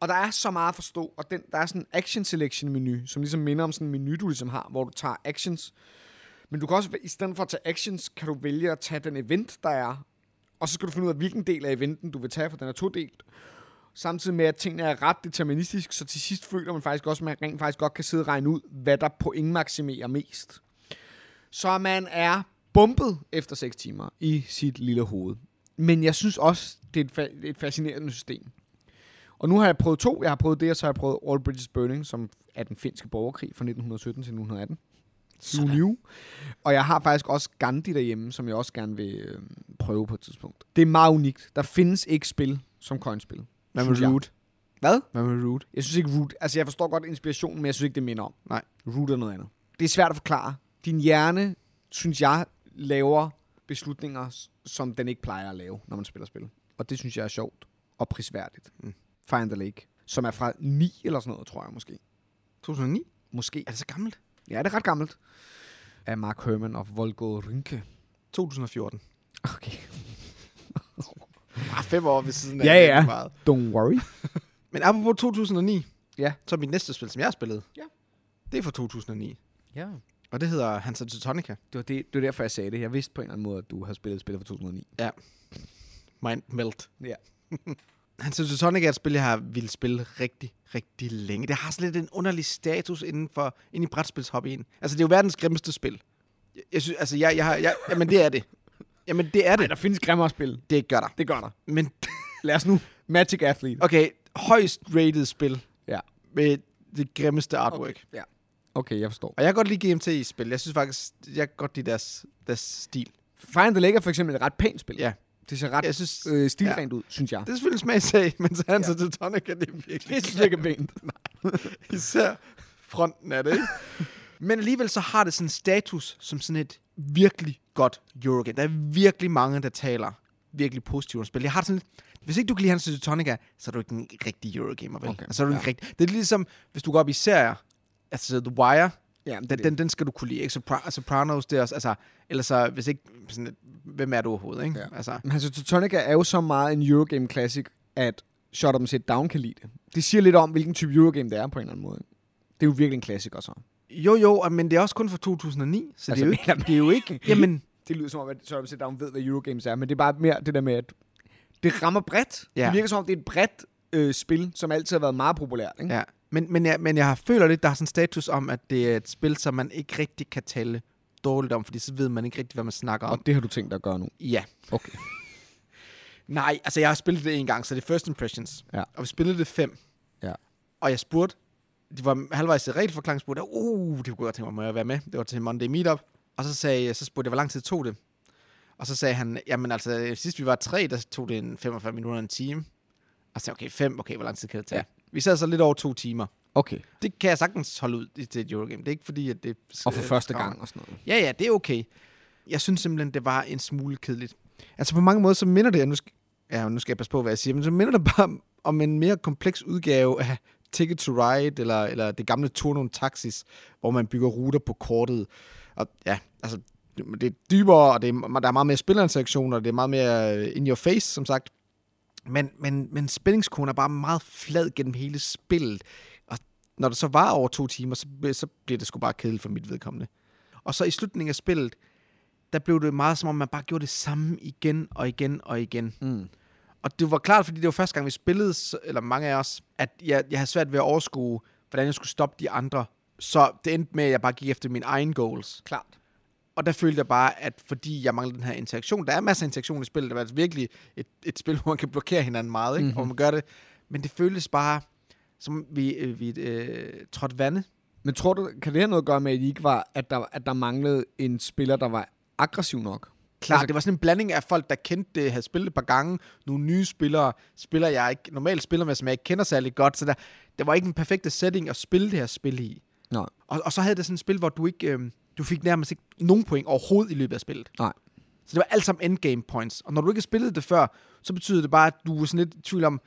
A: Og der er så meget at forstå, og den, der er sådan en action selection menu, som ligesom minder om sådan en menu, du ligesom har, hvor du tager actions. Men du kan også, i stedet for at tage actions, kan du vælge at tage den event, der er, og så skal du finde ud af, hvilken del af eventen, du vil tage, for den er todelt. Samtidig med, at tingene er ret deterministisk, så til sidst føler man faktisk også, at man rent faktisk godt kan sidde og regne ud, hvad der pointmaksimerer mest. Så man er bumpet efter 6 timer i sit lille hoved. Men jeg synes også, det er et, fa- et fascinerende system. Og nu har jeg prøvet to. Jeg har prøvet det, og så har jeg prøvet All Bridges Burning, som er den finske borgerkrig fra 1917 til 1918. Sådan. New. Og jeg har faktisk også Gandhi derhjemme, som jeg også gerne vil øh, prøve på et tidspunkt. Det er meget unikt. Der findes ikke spil som coinspil.
B: Hvad
A: synes
B: med
A: jeg.
B: Root?
A: Hvad?
B: Hvad med Root?
A: Jeg synes ikke root. Altså, jeg forstår godt inspirationen, men jeg synes ikke, det minder om.
B: Nej.
A: Root er noget andet. Det er svært at forklare. Din hjerne, synes jeg, laver beslutninger, s- som den ikke plejer at lave, når man spiller spil. Og det synes jeg er sjovt og prisværdigt.
B: Mm.
A: Find the Lake, som er fra 9 eller sådan noget, tror jeg måske.
B: 2009?
A: Måske.
B: Er det så gammelt?
A: Ja, det er ret gammelt. Af Mark Herman og Volgo Rynke.
B: 2014.
A: Okay.
B: Bare fem år ved siden
A: Ja,
B: det er
A: ja.
B: ikke meget.
A: Don't worry.
B: Men apropos 2009,
A: Ja.
B: så er mit næste spil, som jeg har spillet,
A: Ja.
B: det er fra 2009.
A: Ja.
B: Og det hedder Hansa Teutonica.
A: Det var, det, det var derfor, jeg sagde det. Jeg vidste på en eller anden måde, at du havde spillet et spil fra 2009.
B: Mind Melt.
A: Ja.
B: Hansa Teutonica er et spil, jeg har ville spille rigtig, rigtig længe. Det har sådan lidt en underlig status inden for inden i brætspilshobbyen. Altså, det er jo verdens grimmeste spil. Jeg, jeg synes, altså, jeg, jeg har... Jeg, jamen, det er det. Jamen, det er det.
A: Der findes grimmere spil.
B: Det gør der.
A: Det gør der.
B: Men,
A: Lad os nu. Magic Athlete.
B: okay, højst rated spil
A: Ja.
B: med det grimmeste artwork. Okay.
A: Ja. Okay, jeg forstår.
B: Og jeg kan godt lide GMT i spil. Jeg synes faktisk, jeg kan godt lide deres, deres stil.
A: Find the Lake er for eksempel et ret pænt spil.
B: Ja.
A: Det ser ret
B: Jeg synes,
A: øh, stilrent ud, synes jeg.
B: det er selvfølgelig en smagsag, men så Hansa
A: Ja.
B: ja. Teutonica, det er virkelig
A: ikke pænt.
B: Især fronten af det, ikke? Men alligevel så har det sådan en status som sådan et virkelig godt Eurogame. Der er virkelig mange, der taler virkelig positivt om spil. Jeg har det sådan lidt, hvis ikke du kan lide Hansa Teutonica, så er du ikke en rigtig Eurogamer, vel?
A: Okay,
B: Okay. Altså, så er du ja.
A: ja.
B: ikke rigtig... Det er ligesom, hvis du går op i serier, altså The Wire,
A: Ja, det,
B: den, den, den skal du kunne lide, ikke? Sopra- Sopranos, det er også, altså, ellers så, hvis ikke, sådan, lidt, hvem er du overhovedet, ikke?
A: Ja.
B: Altså,
A: Men altså, Teutonica er jo så meget en Eurogame Classic, at Shot 'em Sit Down kan lide det. Det siger lidt om, hvilken type Eurogame det er på en eller anden måde. Det er jo virkelig en klassiker så.
B: jo, jo, og- men det er også kun fra 2009, så altså, det er jo ikke,
A: det er jo ikke...
B: jamen,
A: det lyder som om, at Shot 'em Sit Down ved, hvad Eurogames er, men det er bare mere det der med, at det rammer bredt.
B: Ja.
A: Det virker som om, det er et bredt øh, spil, som altid har været meget populært. Ikke?
B: Ja, men, men, jeg, men jeg har føler lidt, der har sådan en status om, at det er et spil, som man ikke rigtig kan tale dårligt om, fordi så ved man ikke rigtig, hvad man snakker om.
A: Og det har du tænkt dig at gøre nu.
B: Ja.
A: Okay.
B: Nej, altså jeg har spillet det en gang, så det er First Impressions.
A: Ja.
B: Og vi spillede det fem.
A: Ja.
B: Og jeg spurgte, det var halvvejs i regelforklaring, spurgte jeg, uh, det kunne jeg godt tænke mig, må jeg være med? Det var til Monday Meetup. Og så, sagde, så spurgte jeg, hvor lang tid tog det? Og så sagde han, jamen altså, sidst vi var tre, der tog det en 45 minutter og en time. Og så sagde jeg, okay, fem, okay, hvor lang tid kan det tage?
A: Ja.
B: Vi sad så lidt over to timer.
A: Okay.
B: Det kan jeg sagtens holde ud i- til et Eurogame. Det er ikke fordi, at det...
A: Og for
B: øh,
A: første
B: kommer.
A: gang og sådan noget.
B: Ja, ja, det er okay. Jeg synes simpelthen, det var en smule kedeligt. Altså på mange måder, så minder det, og nu skal, ja, nu skal jeg passe på, hvad jeg siger, men så minder det bare om en mere kompleks udgave af Ticket to Ride, eller, eller det gamle Turnum Taxis, hvor man bygger ruter på kortet. Og ja, altså, det det er dybere, og det er, der er meget mere spillerinteraktioner, og det er meget mere øh, in your face, som sagt. Men, men, men spændingskonen er bare meget flad gennem hele spillet. Og når det så var over to timer, så, så bliver det sgu bare kedeligt for mit vedkommende. Og så i slutningen af spillet, der blev det meget som om, man bare gjorde det samme igen og igen og igen.
A: Mm.
B: Og det var klart, fordi det var første gang, vi spillede, så- eller mange af os, at jeg, jeg havde svært ved at overskue, hvordan jeg skulle stoppe de andre. Så det endte med, at jeg bare gik efter mine egne goals.
A: Klart.
B: Og der følte jeg bare, at fordi jeg manglede den her interaktion, der er masser af interaktion i spillet, det er altså virkelig et, et spil, hvor man kan blokere hinanden meget, ikke? Mm-hmm. og man gør det. Men det føltes bare, som vi, øh, vi øh, trådte vande.
A: Men tror du, kan det have noget at gøre med, at I ikke var, at der, at der manglede en spiller, der var aggressiv nok?
B: Klart,
A: Altså-
B: altså, det var sådan en blanding af folk, der kendte det, havde spillet et par gange, nogle nye spillere, spiller jeg ikke, normalt spiller med, som jeg ikke kender særlig godt, så der, der var ikke en perfekte setting at spille det her spil i.
A: Nej.
B: Og, og så havde det sådan et spil, hvor du ikke, øh, du fik nærmest ikke nogen point overhovedet i løbet af spillet.
A: Nej.
B: Så det var alt sammen endgame points. Og når du ikke har spillet det før, så betyder det bare, at du er sådan lidt i tvivl om,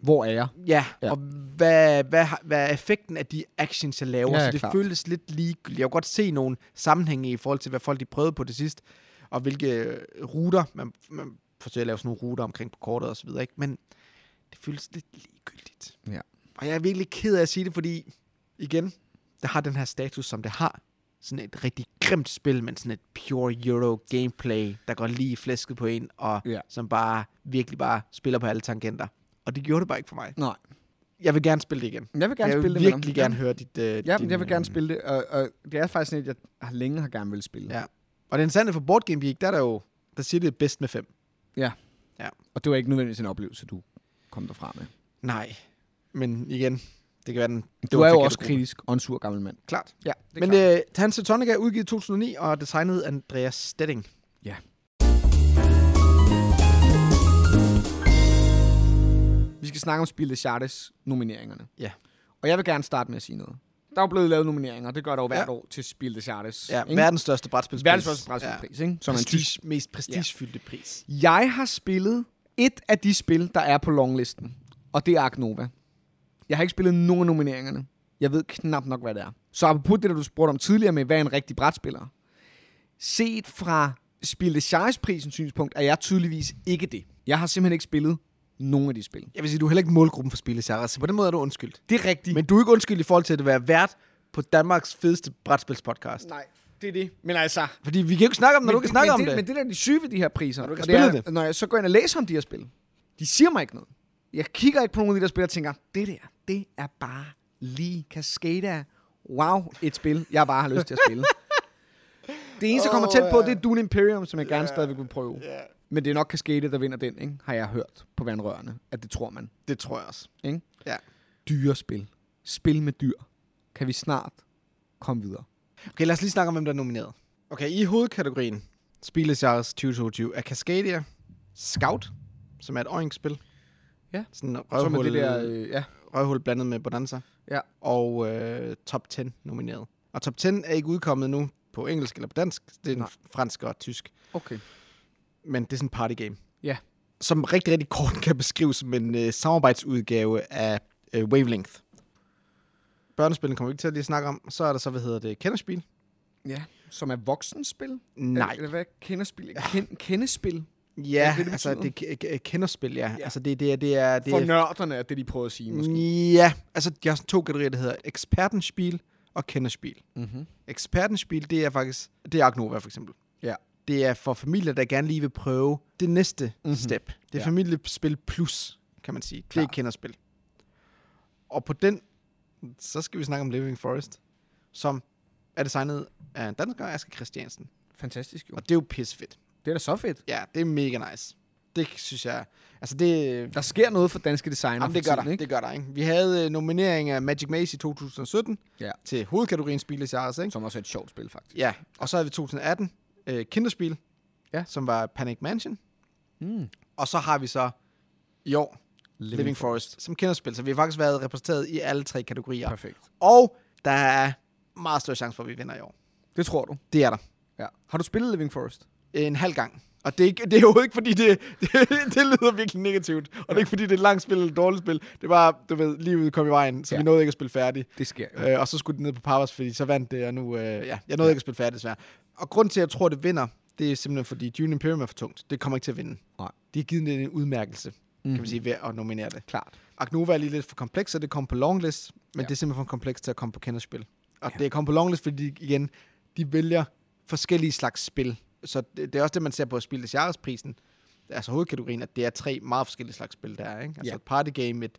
A: Hvor er jeg?
B: ja,
A: Ja.
B: ja. og hvad, hvad, har- hvad er effekten af de actions, jeg laver?
A: Ja,
B: Ja,
A: ja,
B: så det
A: klart.
B: klart. føltes lidt ligegyldigt. Jeg kunne godt se nogle sammenhænge i forhold til, hvad folk de prøvede på det sidste, og hvilke øh, ruter, man, man forsøger at lave sådan nogle ruter omkring på kortet og så videre, ikke? Men det føles lidt ligegyldigt.
A: Ja.
B: Og jeg er virkelig ked af at sige det, fordi igen, det har den her status, som det har. Sådan et rigtig grimt spil, men sådan et pure euro gameplay, der går lige i flæsket på en, og
A: Ja.
B: som bare virkelig bare spiller på alle tangenter. Og det gjorde det bare ikke for mig.
A: Nej.
B: Jeg vil gerne spille det igen.
A: Jeg vil gerne
B: jeg vil
A: spille det med
B: virkelig
A: dig.
B: gerne høre dit... Øh,
A: Ja,
B: din,
A: men jeg vil
B: øh,
A: gerne spille det, og, og det er faktisk sådan et, jeg har længe har gerne vil spille.
B: Ja. Og det interessante for Board Game Geek, der er der jo... Der siger det er bedst med fem.
A: Og det var ikke nødvendigvis en oplevelse, du kom derfra med.
B: Nej. Men igen, det kan være den...
A: Du
B: var
A: er jo
B: forkerte
A: også
B: gruppe.
A: kritisk og en sur gammel mand.
B: Klart.
A: Ja,
B: Men øh, Tanse Tonica er udgivet i 2009 og er designet af Andreas Stedding.
A: Ja. øh, Vi skal snakke om Spil de Chartes nomineringerne.
B: Ja.
A: Og jeg vil gerne starte med at sige noget. Der er jo blevet lavet nomineringer, det gør der jo hvert
B: Ja.
A: år til Spil de Chartes.
B: Ja, verdens største brætspilspris.
A: verdens første presspris, ikke?
B: Som
A: Som er en tysk
B: Prestige, mest prestigefyldte ja. pris.
A: Jeg har spillet et af de spil, der er på longlisten, og det er Ark Nova. Jeg har ikke spillet nogen af nomineringerne. Jeg ved knap nok, hvad det er. Så apropos det, der du spurgte om tidligere med, hvad er en rigtig brætspiller? Set fra Spil de Charles-prisens synspunkt, er jeg tydeligvis ikke det. Jeg har simpelthen ikke spillet nogen af de spil.
B: Jeg vil sige, du er heller ikke målgruppen for spillet, Sarah, så på den måde er du undskyldt.
A: Det er rigtigt.
B: Men du er ikke undskyldt i forhold til at være vært på Danmarks fedeste brætspilspodcast.
A: nej, det er det. Men altså...
B: Fordi vi kan jo ikke snakke om det, når du
A: men
B: kan snakke
A: men
B: om
A: det,
B: det.
A: Men det der er de syge ved de her priser, når,
B: du ikke har
A: det er,
B: spillet
A: når jeg så går ind og læser om de her spil, de siger mig ikke noget. Jeg kigger ikke på nogen af de der spil og tænker, det der, det er bare lige kaskade af, wow, et spil, jeg bare har lyst til at spille. det eneste, jeg kommer
B: Åh,
A: tæt på,
B: ja.
A: det er Dune Imperium, som jeg gerne stadigvæk vil prøve. Men det er nok kaskade, der vinder den, ikke? har jeg hørt på vandrørene, at det tror man.
B: det tror jeg også.
A: Ikke?
B: Ja.
A: Dyrespil. Spil med dyr. Kan vi snart komme videre?
B: Okay, lad os lige snakke om, hvem der er nomineret. Okay, i hovedkategorien Spillet Jahres 2022 er Cascadia, Scout, som er et oink-spil.
A: Ja.
B: Sådan en
A: Så med
B: røvhul,
A: det der, øh, ja.
B: røvhul blandet med Bonanza.
A: Ja.
B: Og øh, Top 10 nomineret. Og Top 10 er ikke udkommet nu på engelsk eller på dansk. Det er den
A: Nej.
B: fransk og tysk.
A: Okay.
B: Men det er sådan en partygame.
A: Ja.
B: Som rigtig, rigtig kort kan beskrives som en øh, samarbejdsudgave af øh, Wavelength. Børnespillene kommer vi ikke til at lige snakke om. Så er der så, hvad hedder det, kenderspil?
A: Ja, som er voksenspil?
B: Nej.
A: Eller hvad? Kendespil? Ken, kendespil? Er
B: Ja,
A: det det, det
B: altså
A: betyder?
B: det er k- k- kenderspil, ja.
A: Ja.
B: ja. Altså det, det er... Det er, det
A: For
B: er
A: nørderne er det, de prøver at sige, måske.
B: ja, altså de har sådan to kategorier, der hedder ekspertenspil og kenderspil.
A: Mm-hmm.
B: Ekspertenspil, det er faktisk... Det er Agnova for eksempel.
A: Ja.
B: Det er for familier, der gerne lige vil prøve det næste
A: Mhm.
B: mm-hmm. step. Det er
A: Ja.
B: ja. familiespil plus, kan man sige. Det er
A: Klart.
B: kenderspil. Og på den, så skal vi snakke om Living Forest, som er designet af en dansker, Asger Christiansen.
A: Fantastisk jo.
B: Og det er jo pissefedt.
A: Det er da så fedt.
B: Ja, det er mega nice. Det synes jeg... Altså det...
A: Der sker noget for danske designer.
B: Jamen, det
A: for
B: gør
A: tiden,
B: der,
A: Ikke?
B: det gør der, ikke? Vi havde øh, nominering af Magic Maze i 2017
A: Ja.
B: til hovedkategorien Spil i Sars, ikke?
A: Som også er et sjovt spil, faktisk.
B: Ja, og så havde vi 2018 øh, Kinderspil,
A: Ja.
B: som var Panic Mansion.
A: Mm.
B: Og så har vi så i år Hmm. Living,
A: Living
B: Living Forest som kinderspil, så vi har faktisk været repræsenteret i alle tre kategorier.
A: Perfekt.
B: Og der er meget stor chance for, at vi vinder i år.
A: Det tror du.
B: Det er der.
A: Ja. Har du spillet Living Forest?
B: En halv gang. Og det er, ikke, det er jo ikke, fordi det, det, det lyder virkelig negativt. Og det er ikke, fordi det er et langt spil eller et dårligt spil. Det var, du ved, livet kom i vejen, så ja.
A: Ja.
B: vi nåede ikke at spille færdigt.
A: Det sker jo.
B: Øh, og så skulle det ned på Papas, fordi så vandt det, og nu... Øh, ja, jeg nåede ikke at spille færdigt, desværre. Og grund til, at jeg tror, det vinder, det er simpelthen, fordi Dune Imperium er for tungt. Det kommer ikke til at vinde.
A: Nej.
B: De har givet det en udmærkelse, mm. kan
A: Mhm.
B: man sige, ved at nominere det.
A: Klart.
B: Agnova er lige lidt for kompleks, så det kom på longlist, men
A: Ja.
B: ja. det er simpelthen for kompleks til at komme på kenderspil. Og
A: Ja.
B: ja. det kom på longlist, fordi de- igen, de vælger forskellige slags spil. Så det, det er også det, man ser på Spil des Jahres prisen, altså hovedkategorien, at det er tre meget forskellige slags spil, der er. Ikke? Altså
A: Ja.
B: ja. et partygame, et,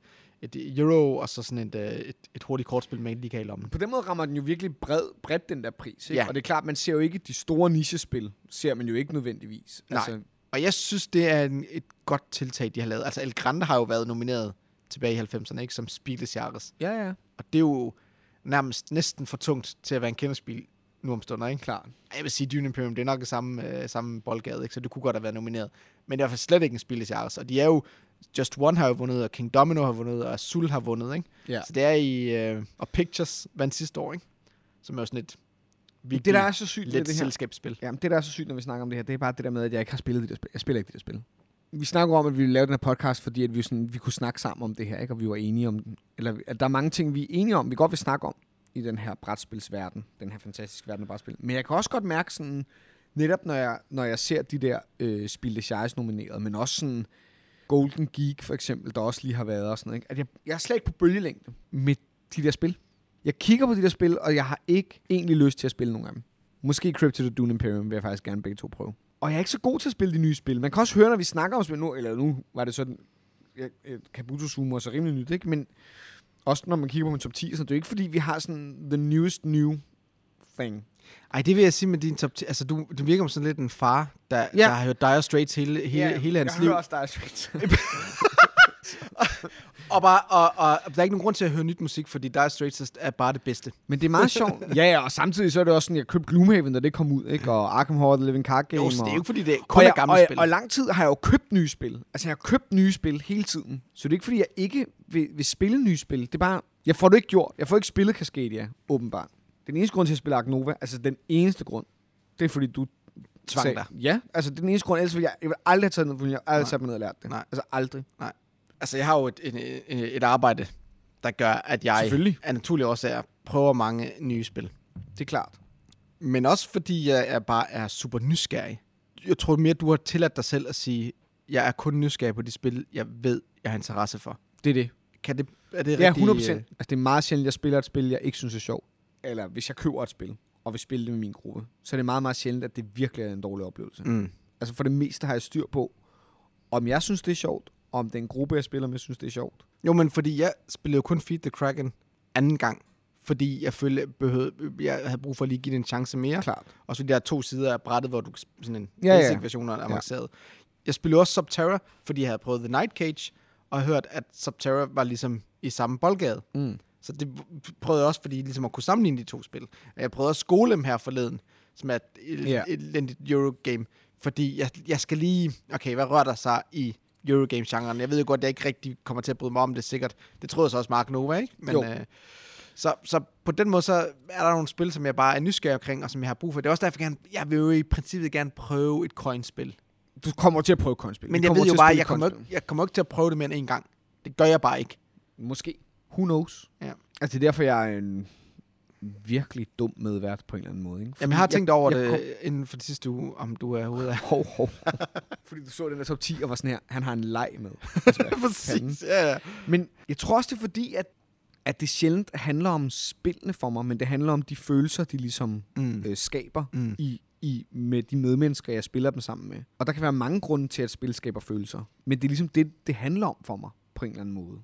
B: et euro, og så sådan et, øh, et, et hurtigt kortspil, man ikke lige kan i lommen.
A: På den måde rammer den jo virkelig bred, bredt, den der pris. Ikke?
B: Ja.
A: Og det er klart, man ser jo ikke de store nichespil. Ser man jo ikke nødvendigvis. Altså,
B: Nej. Og jeg synes, det er en, et godt tiltag, de har lavet. Altså, El Grande har jo været nomineret tilbage i 90'erne, ikke? Som Spil des Jahres.
A: ja, ja.
B: Og det er jo nærmest næsten for tungt til at være en kenderspil nu om stunder, ikke?
A: Klart.
B: Ej, Jeg vil sige, Dune Imperium, det er nok det samme, øh, samme boldgade, ikke? så det kunne godt have været nomineret. Men det er i hvert fald slet ikke en spil, Jahres. Og de er jo, Just One har jo vundet, og King Domino har vundet, og Azul har vundet. Ikke?
A: Ja.
B: Så det er i, øh, og Pictures vandt sidste år, ikke? som er jo sådan et
A: Det,
B: virkelig
A: der er så sygt ved
B: let
A: det her,
B: selskabsspil.
A: Jamen, det der er så sygt, når vi snakker om det her, det er bare det der med, at jeg ikke har spillet det der spil. Jeg spiller ikke det der spil. Vi snakker om, at vi ville lave den her podcast, fordi at vi, sådan, vi kunne snakke sammen om det her, ikke? og vi var enige om, eller at der er mange ting, vi er enige om, vi godt vil snakke om i den her brætspilsverden, den her fantastiske verden af brætspil. Men jeg kan også godt mærke sådan, netop når jeg, når jeg ser de der øh, Spil de Charis nomineret, men også sådan Golden Geek for eksempel, der også lige har været og sådan noget, ikke? at jeg, jeg er slet ikke på bølgelængde med de der spil. Jeg kigger på de der spil, og jeg har ikke egentlig lyst til at spille nogen af dem. Måske Cryptid og Dune Imperium vil jeg faktisk gerne begge to prøve. Og jeg er ikke så god til at spille de nye spil. Man kan også høre, når vi snakker om spil nu, eller nu var det sådan, ja, øh, Kabuto Sumo er så rimelig nyt, ikke? Men også når man kigger på min top 10, så er det er jo ikke fordi, vi har sådan the newest new thing.
B: Ej, det vil jeg sige med din top 10. Altså, du, du virker som sådan lidt en far, der, ja. der har hørt Dire Straits hele, hele, ja, hele hans
A: jeg
B: liv.
A: hører også dig, Svend.
B: Og, bare, og, og, der er ikke nogen grund til at høre nyt musik, fordi Dire Straits er bare det bedste.
A: Men det er meget sjovt. ja, ja, og samtidig så er det også sådan, jeg købte Gloomhaven, da det kom ud, ikke? Og Arkham Horror, The Living Card Game.
B: Jo, så det er
A: og-
B: jo ikke, fordi det er
A: og,
B: kun er
A: jeg- og,
B: gamle
A: jeg-
B: spil.
A: og lang tid har jeg jo købt nye spil. Altså, jeg har købt nye spil hele tiden. Så det er ikke, fordi jeg ikke vil, vil spille nye spil. Det er bare, jeg får det ikke gjort. Jeg får ikke spillet Cascadia, åbenbart. Den eneste grund til, at jeg spiller Ark Nova, altså den eneste grund, det er, fordi du
B: Tvang
A: sagde-
B: dig.
A: Ja, altså det er den eneste grund, ellers ville jeg, jeg ville aldrig have taget den, fordi jeg aldrig
B: Nej.
A: Nej. taget mig ned og lært det.
B: Nej.
A: Altså aldrig.
B: Altså, jeg har jo et, et, et, et arbejde, der gør, at jeg
A: Selvfølgelig.
B: af naturlige årsager prøver mange nye spil.
A: Det er klart.
B: Men også fordi jeg er bare er super nysgerrig. Jeg tror mere, du har tilladt dig selv at sige, jeg er kun nysgerrig på de spil, jeg ved, jeg har interesse for.
A: Det er det.
B: Kan det, er det øh,
A: Ja,
B: rigtig,
A: 100 procent. Altså, det er meget sjældent, jeg spiller et spil, jeg ikke synes er sjovt. Eller hvis jeg køber et spil, og vil spille det med min gruppe, så er det meget, meget sjældent, at det virkelig er en dårlig oplevelse.
B: øh, Mm.
A: Altså, for det meste har jeg styr på, om jeg synes, det er sjovt, og om den gruppe, jeg spiller med, synes, det er sjovt.
B: Jo, men fordi jeg spillede jo kun Feed the Kraken anden gang, fordi jeg følte, jeg, behøvede, jeg havde brug for at lige give det en chance mere.
A: Klart.
B: Og så de der to sider af brættet, hvor du kan sp- sådan en
A: Ja,
B: ja,
A: ja.
B: basic version og en avanceret. Jeg spillede også Subterra, fordi jeg havde prøvet The Night Cage, og hørt, at Subterra var ligesom i samme boldgade.
A: Mm.
B: Så det v- prøvede jeg også, fordi ligesom at kunne sammenligne de to spil. Og jeg prøvede også Golem her forleden, som er et el-
A: Ja.
B: elendigt Eurogame, fordi jeg, jeg skal lige, okay, hvad rører der sig i Eurogame-genren? Jeg ved jo godt, at jeg ikke rigtig kommer til at bryde mig om det sikkert. Det troede jeg så også Mark Nova, ikke? Men,
A: Jo.
B: øh, så, så på den måde, så er der nogle spil, som jeg bare er nysgerrig omkring, og som jeg har brug for. Det er også derfor, jeg, gerne, jeg vil jo i princippet gerne prøve et coinspil.
A: Du kommer til at prøve konspil.
B: Men
A: Vi
B: jeg
A: kommer
B: ved
A: til
B: jo
A: at
B: bare,
A: spille
B: jeg kommer,
A: konspil.
B: ikke, jeg kommer ikke til at prøve det mere end en gang. Det gør jeg bare ikke.
A: Måske. Who knows?
B: Ja.
A: Altså, det er derfor, jeg er en virkelig dum medvært på en eller anden måde. Ikke?
B: Jamen, jeg har tænkt over
A: jeg
B: det inden for de sidste uge, om du er ude af.
A: Hov, hov. Fordi du så den der top 10 og var sådan her, han har en leg med.
B: Præcis, ja. ja.
A: Men jeg tror også, det er fordi, at, at det sjældent handler om spillene for mig, men det handler om de følelser, de ligesom
B: Mm.
A: øh, skaber
B: Mm.
A: i, i, med de medmennesker, jeg spiller dem sammen med. Og der kan være mange grunde til, at spil skaber følelser. Men det er ligesom det, det handler om for mig, på en eller anden måde.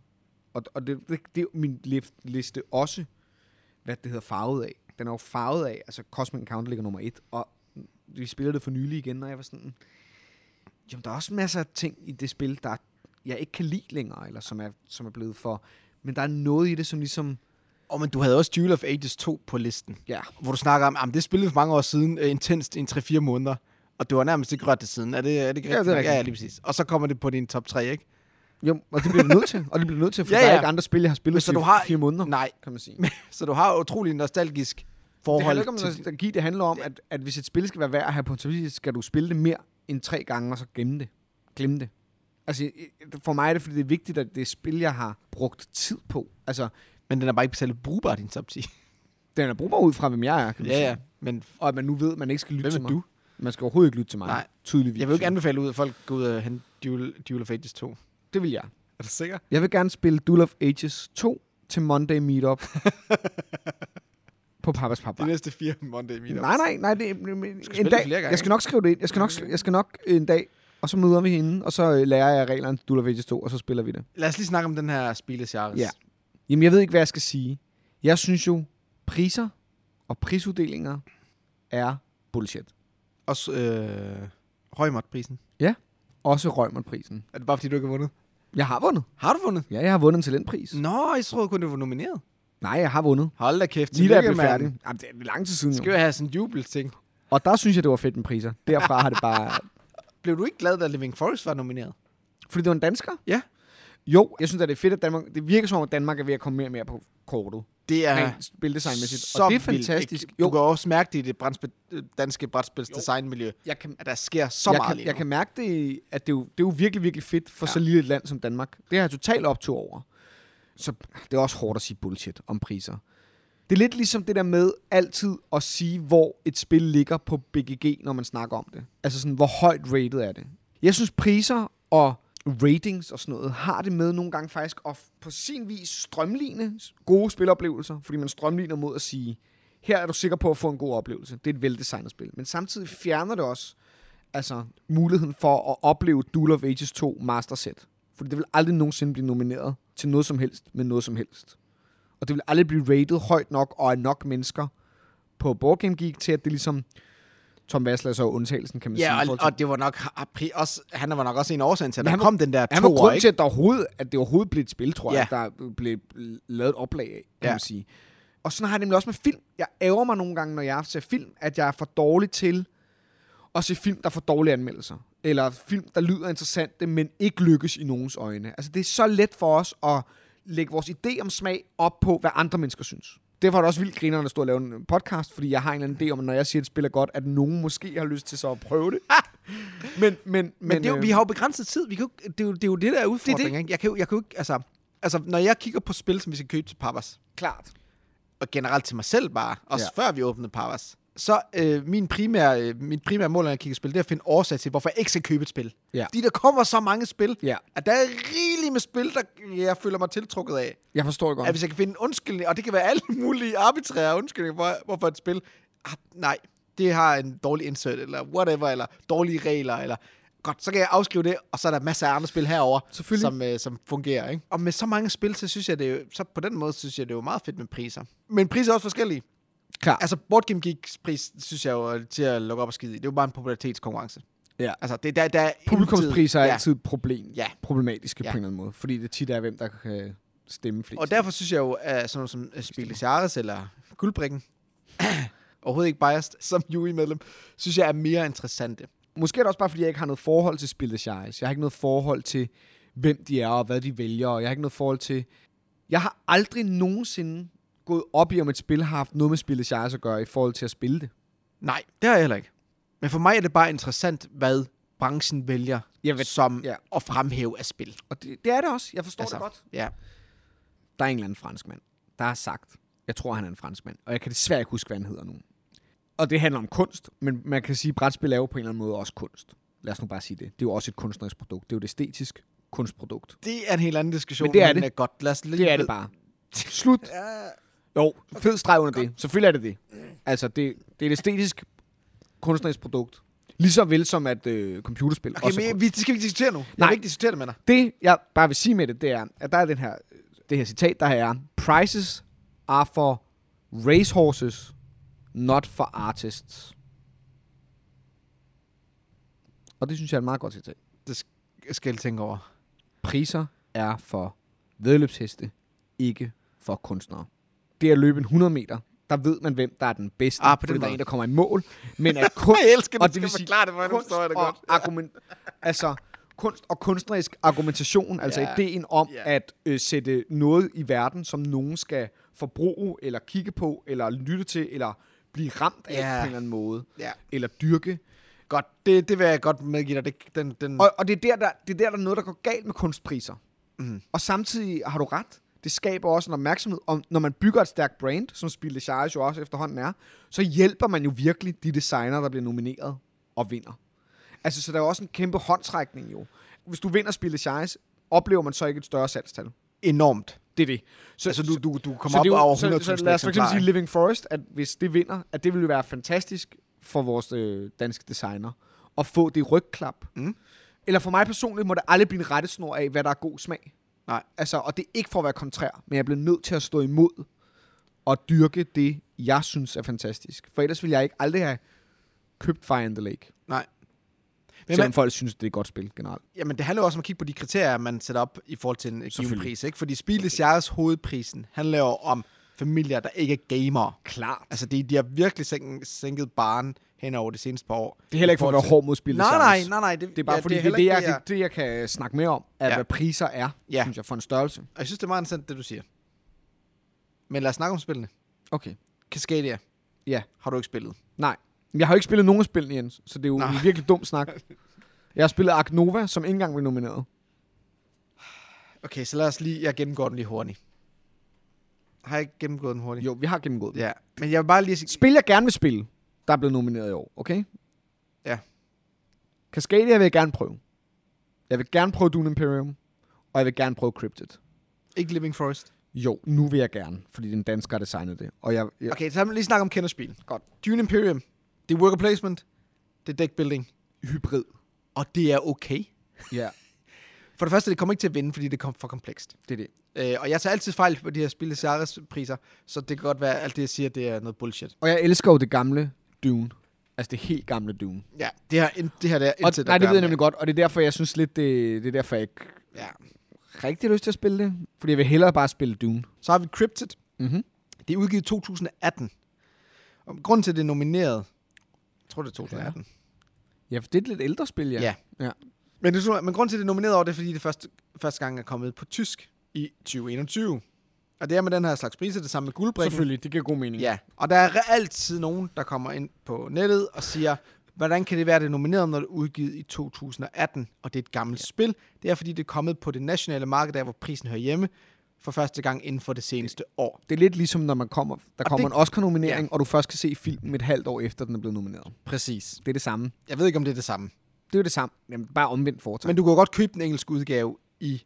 A: Og, og det, det, det er jo min lif- liste også, hvad det hedder, farvet af. Den er jo farvet af, altså Cosmic Encounter ligger nummer et, og vi spillede det for nylig igen, og jeg var sådan, jamen der er også masser af ting i det spil, der jeg ikke kan lide længere, eller som er, som er blevet for, men der er noget i det, som ligesom,
B: Og men du havde også Duel of Ages 2 på listen,
A: ja,
B: hvor du snakker om, at det spillede for mange år siden, øh, intenst i en 3-4 måneder, og du har nærmest ikke rørt det siden. Er det, er det ikke
A: Ja, det er
B: rigtigt?
A: rigtigt.
B: Ja, ja, lige præcis. Og så kommer det på din top 3, ikke?
A: jo, og det bliver du nødt til, og det bliver du nødt til, for
B: Ja,
A: ja, der er
B: ja.
A: ikke andre spil, jeg har spillet
B: Så
A: til
B: du har-
A: fire måneder,
B: Nej.
A: kan man sige.
B: Så du har utrolig nostalgisk forhold
A: Det handler ikke om
B: til...
A: nostalgi, det handler om, at, at hvis et spil skal være værd at have på en topside, skal du spille det mere end tre gange, og så gemme det. Glemme det. Altså, i- for mig er det, fordi det er vigtigt, at det er spil, jeg har brugt tid på. Altså,
B: Men den er bare ikke særlig brugbar, din top 10.
A: den er brugbar ud fra, hvem jeg er, kan man
B: ja,
A: sige.
B: ja. Men
A: Og at man nu ved, at man ikke skal lytte
B: Hvem
A: til
B: er
A: mig.
B: du?
A: Man skal overhovedet ikke lytte til mig.
B: Nej.
A: Tydeligvis.
B: jeg vil jo ikke anbefale ud, at folk går ud og hente Duel, Duel of Ages 2.
A: Det vil jeg.
B: Er du sikker?
A: Jeg vil gerne spille Duel of Ages 2 til Monday Meetup. på Papas Papa.
B: De næste fire Monday meetup.
A: Nej, nej, nej. Det, men- men-
B: spille
A: en
B: det
A: dag,
B: flere gange,
A: jeg skal nok skrive det ind. Jeg skal nok, jeg skal nok en dag, og så møder vi hende, og så øh, lærer jeg reglerne til Duel of Ages 2, og så spiller vi det.
B: Lad os lige snakke om den her Spiles Jares.
A: Ja. Jamen, jeg ved ikke, hvad jeg skal sige. Jeg synes jo, priser og prisuddelinger er bullshit.
B: Også øh, Højmort-prisen.
A: Også Rømerprisen.
B: Er det bare, fordi du ikke har vundet?
A: Jeg har vundet.
B: Har du vundet?
A: Ja, jeg har vundet en talentpris.
B: Nå, jeg troede kun, du var nomineret.
A: Nej, jeg har vundet.
B: Hold da kæft.
A: Lige da jeg
B: tillykke,
A: blev
B: mand.
A: færdig. Jamen, det er lang tid siden
B: Skal
A: jo.
B: vi have sådan en jubelting?
A: Og der synes jeg, det var fedt med priser. Derfra har det bare...
B: Blev du ikke glad, da Living Forest var nomineret?
A: Fordi det var en dansker?
B: Ja.
A: Jo, jeg synes, at det er fedt, at Danmark... Det virker som om, at Danmark er ved at komme mere og mere på kortet.
B: Det er
A: rent spildesignmæssigt.
B: så
A: Og det er
B: vildt, ikke?
A: fantastisk.
B: Du kan også mærke det i det brandspil- øh, danske brætspils
A: Jo.
B: designmiljø,
A: jeg kan,
B: at der sker så
A: jeg
B: meget
A: kan,
B: lige
A: jeg
B: nu.
A: kan mærke det, at det er, jo, det er jo virkelig, virkelig fedt for ja. så
B: Ja.
A: lille et land som Danmark. Det har jeg totalt optur over. Så det er også hårdt at sige bullshit om priser. Det er lidt ligesom det der med altid at sige, hvor et spil ligger på BGG, når man snakker om det. Altså sådan, hvor højt rated er det. Jeg synes, priser og ratings og sådan noget, har det med nogle gange faktisk at på sin vis strømligne gode spiloplevelser, fordi man strømligner mod at sige, her er du sikker på at få en god oplevelse. Det er et veldesignet spil. Men samtidig fjerner det også altså, muligheden for at opleve Duel of Ages 2 Master Set. Fordi det vil aldrig nogensinde blive nomineret til noget som helst med noget som helst. Og det vil aldrig blive rated højt nok og af nok mennesker på Board Game Geek til, at det ligesom Tom Vassler så undtagelsen, kan man sige. i
B: Ja, og,
A: forhold til-
B: og, det var nok, apri- også, han var nok også en af årsagen til, at
A: Men
B: der
A: han var-
B: kom den der
A: Han var
B: to år,
A: grund til,
B: ikke?
A: at, der overhovedet, at det overhovedet blev et spil, tror jeg.
B: Ja.
A: Ja. Der blev lavet et oplag af, kan
B: Ja.
A: ja. man sige. Og sådan har jeg nemlig også med film. Jeg ærger mig nogle gange, når jeg ser film, at jeg er for dårlig til at se film, der får dårlige anmeldelser. Eller film, der lyder interessante, men ikke lykkes i nogens øjne. Altså, det er så let for os at lægge vores idé om smag op på, hvad andre mennesker synes. Derfor er det også vildt grinerne at stå og lave en podcast, fordi jeg har en eller anden idé om, at når jeg siger, at det spiller godt, at nogen måske har lyst til så at prøve det. men, men, men,
B: Men, men det er jo,
A: øh,
B: vi har jo begrænset tid. Vi kan jo, ikke- det, er jo, det er jo det, der er udfordringen. ikke? Jeg kan jo, jeg kan jo ikke, altså, altså, når jeg kigger på spil, som vi skal købe til Pappas,
A: klart.
B: og generelt til mig selv bare, også ja.
A: Ja.
B: før vi åbnede Pappas, så øh, min primære, øh, min primære mål, når jeg kigger på spil, det er at finde årsag til, hvorfor jeg ikke skal købe et spil.
A: Ja.
B: Fordi der kommer så mange spil,
A: Ja.
B: at der er rigeligt med spil, der jeg føler mig tiltrukket af.
A: Jeg forstår det godt.
B: At hvis jeg kan finde en undskyldning, og det kan være alle mulige arbitrære undskyldninger for, hvorfor et spil, ah, nej, det har en dårlig insert, eller whatever, eller dårlige regler, eller godt, så kan jeg afskrive det, og så er der masser af andre spil herover,
A: Selvfølgelig.
B: som, øh, som fungerer. Ikke? Og med så mange spil, så synes jeg det er jo, så på den måde synes jeg det er jo meget fedt med priser. Men priser er også forskellige.
A: Klart.
B: Altså, Board Game Geeks pris, synes jeg jo er til at lukke op og skide i. Det er jo bare en popularitetskonkurrence.
A: Ja.
B: Altså, det, der, der er
A: Publikumspriser er
B: intet-
A: altid et problem,
B: Ja.
A: ja. problematiske
B: Ja.
A: ja. på en eller anden måde, fordi det tit er, hvem der kan stemme flest.
B: Og derfor synes jeg jo, at sådan noget som øh, Spil Chares eller Guldbrikken, overhovedet ikke biased som jury-medlem, synes jeg er mere interessante.
A: Måske er det også bare, fordi jeg ikke har noget forhold til spillet Shares. Jeg har ikke noget forhold til, hvem de er og hvad de vælger, og jeg har ikke noget forhold til... Jeg har aldrig nogensinde gået op i, om et spil har haft noget med spillet Shares at gøre i forhold til at spille det.
B: Nej, det har jeg heller ikke. Men for mig er det bare interessant, hvad branchen vælger
A: Jeg ved-
B: som
A: ja.
B: at fremhæve af spil.
A: Og det, det er det også. Jeg forstår altså. det godt.
B: Ja.
A: Der er en eller anden fransk mand, der har sagt, jeg tror, han er en fransk mand, og jeg kan desværre ikke huske, hvad han hedder nu. Og det handler om kunst, men man kan sige, at brætspil er jo på en eller anden måde også kunst. Lad os nu bare sige det. Det er jo også et kunstnerisk produkt. Det er jo et æstetisk kunstprodukt.
B: Det er en helt anden diskussion, øh,
A: Men det er det.
B: godt. Lad os lige
A: Det er det bare. Slut.
B: Ja,
A: Jo, fed streg under det. Selvfølgelig er det det. Altså, det, det er et æstetisk kunstnerisk produkt. Ligeså vel som at øh, computerspil
B: okay,
A: også er
B: men vi, det skal vi ikke diskutere nu. Jeg
A: Nej.
B: vil ikke diskutere det med dig.
A: Det, jeg bare vil sige med det, det er, at der er den her, det her citat, der her er, Prices are for racehorses, not for artists. Og det synes jeg er et meget godt citat.
B: Det sk- skal jeg tænke over.
A: Priser er for vedløbsheste, ikke for kunstnere. Det at løbe en 100 meter, der ved man, hvem der er den bedste.
B: Ah, på den
A: fordi der er
B: måde.
A: en, der kommer i mål. Men at kunst,
B: Jeg elsker, at du
A: og
B: skal
A: vil sige,
B: forklare det for mig. Nu
A: kunst
B: forstår jeg det
A: og
B: godt.
A: Argument, altså, kunst og kunstnerisk argumentation, altså
B: Ja.
A: yeah. ideen om
B: Ja.
A: yeah. at øh, sætte noget i verden, som nogen skal forbruge, eller kigge på, eller lytte til, eller blive ramt af
B: Ja.
A: yeah. på en eller anden måde,
B: Ja.
A: eller dyrke.
B: Godt, det, det vil jeg godt medgive dig. Det, den, den,
A: Og, og det, er der, der, det er der, der er noget, der går galt med kunstpriser. Mm. Og samtidig har du ret. Det skaber også en opmærksomhed om, når man bygger et stærkt brand, som Spil Desires jo også efterhånden er, så hjælper man jo virkelig de designer, der bliver nomineret og vinder. Altså, så der er jo også en kæmpe håndtrækning jo. Hvis du vinder Spil Desires, oplever man så ikke et større salgstal.
B: enormt.
A: Det er det. Så,
B: Altså, du, du, du
A: så
B: kommer
A: det er
B: op
A: jo-
B: over 100.000
A: så, så lad os for eksempel
B: eksemplarer,
A: sige Living Forest, at hvis det vinder, at det ville jo være fantastisk for vores øh, danske designer at få det rygklap.
B: Mm.
A: Eller for mig personligt må det aldrig blive en rettesnor af, hvad der er god smag.
B: Nej.
A: Altså, og det er ikke for at være kontrær, men jeg bliver nødt til at stå imod og dyrke det, jeg synes er fantastisk. For ellers ville jeg ikke aldrig have købt Fire in the Lake.
B: Nej. Men
A: Selvom
B: man-
A: folk synes, det er et godt spil generelt.
B: Jamen, det handler jo også om at kigge på de kriterier, man sætter op i forhold til en øh, given
A: Selvfølgelig.
B: pris, ikke? Fordi Spiles Jæres hovedprisen handler jo om familier, der ikke er gamere.
A: Klart.
B: Altså, de, de har virkelig sænket, sænket barn hen over de seneste par år.
A: Det er heller ikke for at være hård mod spil.
B: Nej, nej, nej, nej.
A: Det er bare ja, fordi, det er, det, jeg, det, det, jeg kan snakke mere om, er,
B: Ja.
A: ja. hvad priser er,
B: Ja.
A: ja. synes jeg, for en størrelse.
B: Og jeg synes, det er meget interessant, det du siger. Men lad os snakke om spillene.
A: Okay.
B: Cascadia
A: Ja.
B: har du ikke spillet.
A: Nej. Men Jeg har jo ikke spillet nogen af spillene, Jens, så det er jo
B: Nå.
A: en virkelig dum snak. Jeg har spillet Ark Nova, som ikke engang blev nomineret.
B: Okay, så lad os lige... Jeg gennemgår den lige hurtigt. Har jeg ikke gennemgået den hurtigt?
A: Jo, vi har gennemgået det.
B: Ja, men jeg vil bare lige sige...
A: Spil, jeg gerne vil spille, der er blevet nomineret i år, okay?
B: Ja.
A: Cascadia vil jeg gerne prøve. Jeg vil gerne prøve Dune Imperium, og jeg vil gerne prøve Cryptid.
B: Ikke Living Forest.
A: Jo, nu vil jeg gerne, fordi den dansker har designet det. Og jeg, jeg,
B: Okay, så lad os lige snakke om kenderspil. Godt. Dune Imperium. Det er worker placement. Det er deck building. Hybrid. Og det er okay.
A: ja,
B: For det første, det kommer ikke til at vinde, fordi det kom for komplekst.
A: det er det.
B: Øh, og jeg tager altid fejl på de her spil priser, så det kan godt være, at alt det, jeg siger, det er noget bullshit.
A: Og jeg elsker jo det gamle Dune. Altså det helt gamle Dune.
B: Ja, det her, det her der
A: Og, nej, det ved jeg nemlig godt, og det er derfor, jeg synes lidt, det, det er derfor, jeg ikke
B: Ja.
A: rigtig har lyst til at spille det. Fordi jeg vil hellere bare spille Dune.
B: Så har vi Cryptid.
A: Mm-hmm.
B: Det er udgivet i 2018. Og grunden til, at det er nomineret... Jeg tror, det er 2018.
A: Ja, for det er et lidt ældre spil, ja.
B: Ja.
A: ja.
B: Men, det, men grunden til, at det er nomineret over, det er, fordi det første, første gang er kommet på tysk i 2021. Og det er med den her slags priser, det samme med guldbrikken.
A: Selvfølgelig, det giver god mening.
B: Ja, og der er re- altid nogen, der kommer ind på nettet og siger, hvordan kan det være, det er nomineret, når det er udgivet i 2018, og det er et gammelt ja. spil. Det er, fordi det er kommet på det nationale marked, der hvor prisen hører hjemme, for første gang inden for det seneste år.
A: Det er lidt ligesom, når man kommer, der
B: Og
A: kommer
B: det-
A: en Oscar-nominering, og du først kan se filmen et halvt år efter, den er blevet nomineret.
B: Præcis.
A: Det er det samme.
B: Jeg ved ikke, om det er det samme.
A: Det er jo det samme. Jamen, bare omvendt foretag.
B: Men du kunne godt købe den engelske udgave i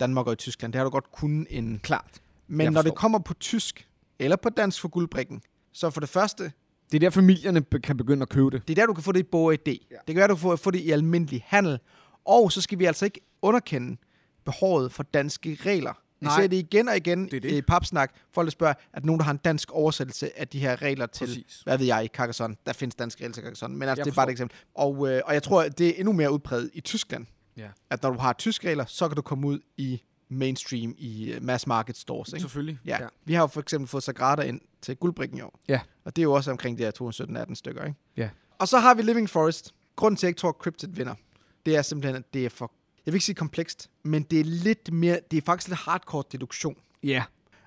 B: Danmark og i Tyskland. Det har du godt kunnet inden.
A: klart.
B: Men når
A: forstår.
B: det kommer på tysk eller på dansk for guldbrikken, så for det første,
A: Det er der, familierne be- kan begynde at købe det.
B: Det er der, du kan få det i BOD. Ja. Det kan være, du får, får det i almindelig handel. Og så skal vi altså ikke underkende behovet for danske regler. Jeg
A: Nej.
B: ser det igen og igen
A: Det er det.
B: i papsnak. Folk der spørger, at nogen, der har en dansk oversættelse af de her regler til,
A: Præcis.
B: hvad ved jeg, i Carcassonne. Der findes danske regler til Carcassonne, men altså,
A: Jeg
B: det er bare et
A: forstår.
B: eksempel. Og, øh, og jeg tror, at det er endnu mere udbredt i Tyskland.
A: Ja.
B: At når du har tyske regler, så kan du komme ud i mainstream, i øh, mass market stores. Ikke?
A: Selvfølgelig.
B: Ja.
A: Ja.
B: ja. Vi har jo for eksempel fået Sagrada ind til guldbrikken i år.
A: Ja.
B: Og det er jo også omkring de her 217-18 stykker, ikke?
A: Ja.
B: Og så har vi Living Forest. Grunden til, at jeg ikke tror, at Cryptid vinder, det er simpelthen, at det er for... Jeg vil ikke sige komplekst, men det er lidt mere... Det er faktisk lidt hardcore deduktion.
A: ja.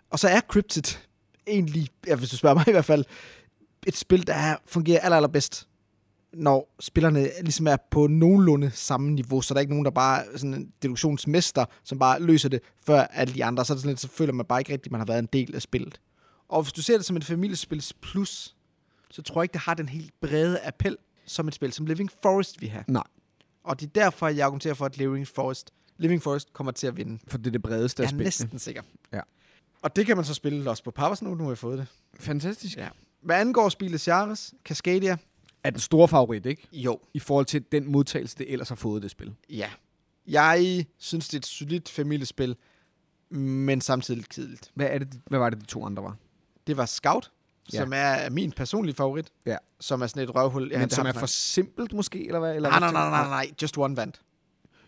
B: Og så er Cryptid egentlig, ja, hvis du spørger mig i hvert fald, et spil, der er, fungerer aller, allerbedst, når spillerne ligesom er på nogenlunde samme niveau, så der er ikke nogen, der bare er sådan en deduktionsmester, som bare løser det før alle de andre. Så, er det sådan lidt, så føler man bare ikke rigtigt, at man har været en del af spillet. Og hvis du ser det som et familiespils plus, så tror jeg ikke, det har den helt brede appel, som et spil som Living Forest vi har.
A: Nej,
B: Og det er derfor, jeg argumenterer for, at Living Forest, Living Forest kommer til at vinde.
A: for det er det bredeste
B: Jeg
A: af
B: er
A: spillene.
B: næsten sikker.
A: Ja.
B: Og det kan man så spille også på Pappers nu, nu har jeg fået det.
A: Fantastisk.
B: Ja. Hvad angår Spil Charis, Cascadia?
A: Er den store favorit, ikke?
B: Jo.
A: I forhold til den modtagelse, det ellers har fået det spil.
B: Ja. Jeg synes, det er et solidt familiespil, men samtidig lidt kedeligt.
A: Hvad, er det, hvad var det, de to andre var?
B: Det var Scout,
A: Ja.
B: ja. som er min personlige favorit,
A: Ja.
B: som er sådan et røvhul.
A: Ja, men som er for
B: for...
A: simpelt måske, eller hvad? Eller
B: Nej, nej, nej, nej, nej, Just One vandt.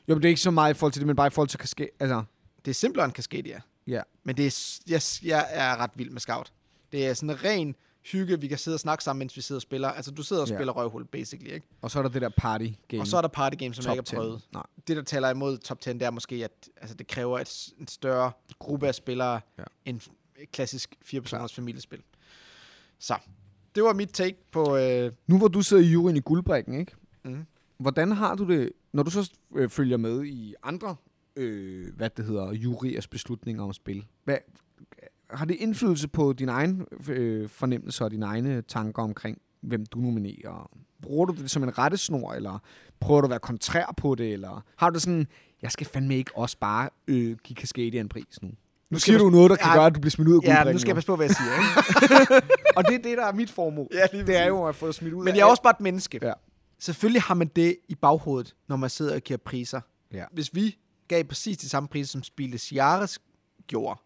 A: Jo, men det er ikke så meget i forhold til det, men bare i forhold til kaske... Altså,
B: Det er simplere end Cascadia.
A: ja.
B: Men det er, s- jeg, s- jeg er ret vild med Scout. Det er sådan en ren hygge, vi kan sidde og snakke sammen, mens vi sidder og spiller. Altså, du sidder og
A: Ja.
B: spiller røvhul, basically, ikke?
A: Og så er der det der party game.
B: Og så er der party games, som jeg ikke har
A: 10.
B: prøvet.
A: Nej.
B: det, der taler imod top 10, det er måske, at altså, det kræver et, s- en større gruppe af spillere
A: Ja.
B: ja. end f- et klassisk firepersoners familiespil. Så, det var mit take på... Øh,
A: Nu hvor du sidder i juryen i guldbrækken, ikke?
B: Mhm.
A: Hvordan har du det, når du så øh, følger med i andre, øh, hvad det hedder, juryers beslutninger om spil? Hvad, har det indflydelse på din egen øh, fornemmelse og dine egne tanker omkring, hvem du nominerer? Bruger du det som en rettesnor, eller prøver du at være kontrær på det, eller har du det sådan, jeg skal fandme ikke også bare øh, give Cascadia en pris nu? Nu siger du noget, der kan
B: Ja,
A: gøre, at du bliver smidt ud af
B: ja,
A: guldbrækken.
B: nu skal jeg
A: nu.
B: passe på, hvad jeg siger. Ikke?
A: Og det er det, der er mit formål.
B: Ja, lige
A: det er jo at få dig smidt ud af
B: Men jeg er også bare et menneske.
A: Ja.
B: Selvfølgelig har man det i baghovedet, når man sidder og giver priser.
A: Ja.
B: Hvis vi gav præcis de samme priser, som Spiles Jares gjorde,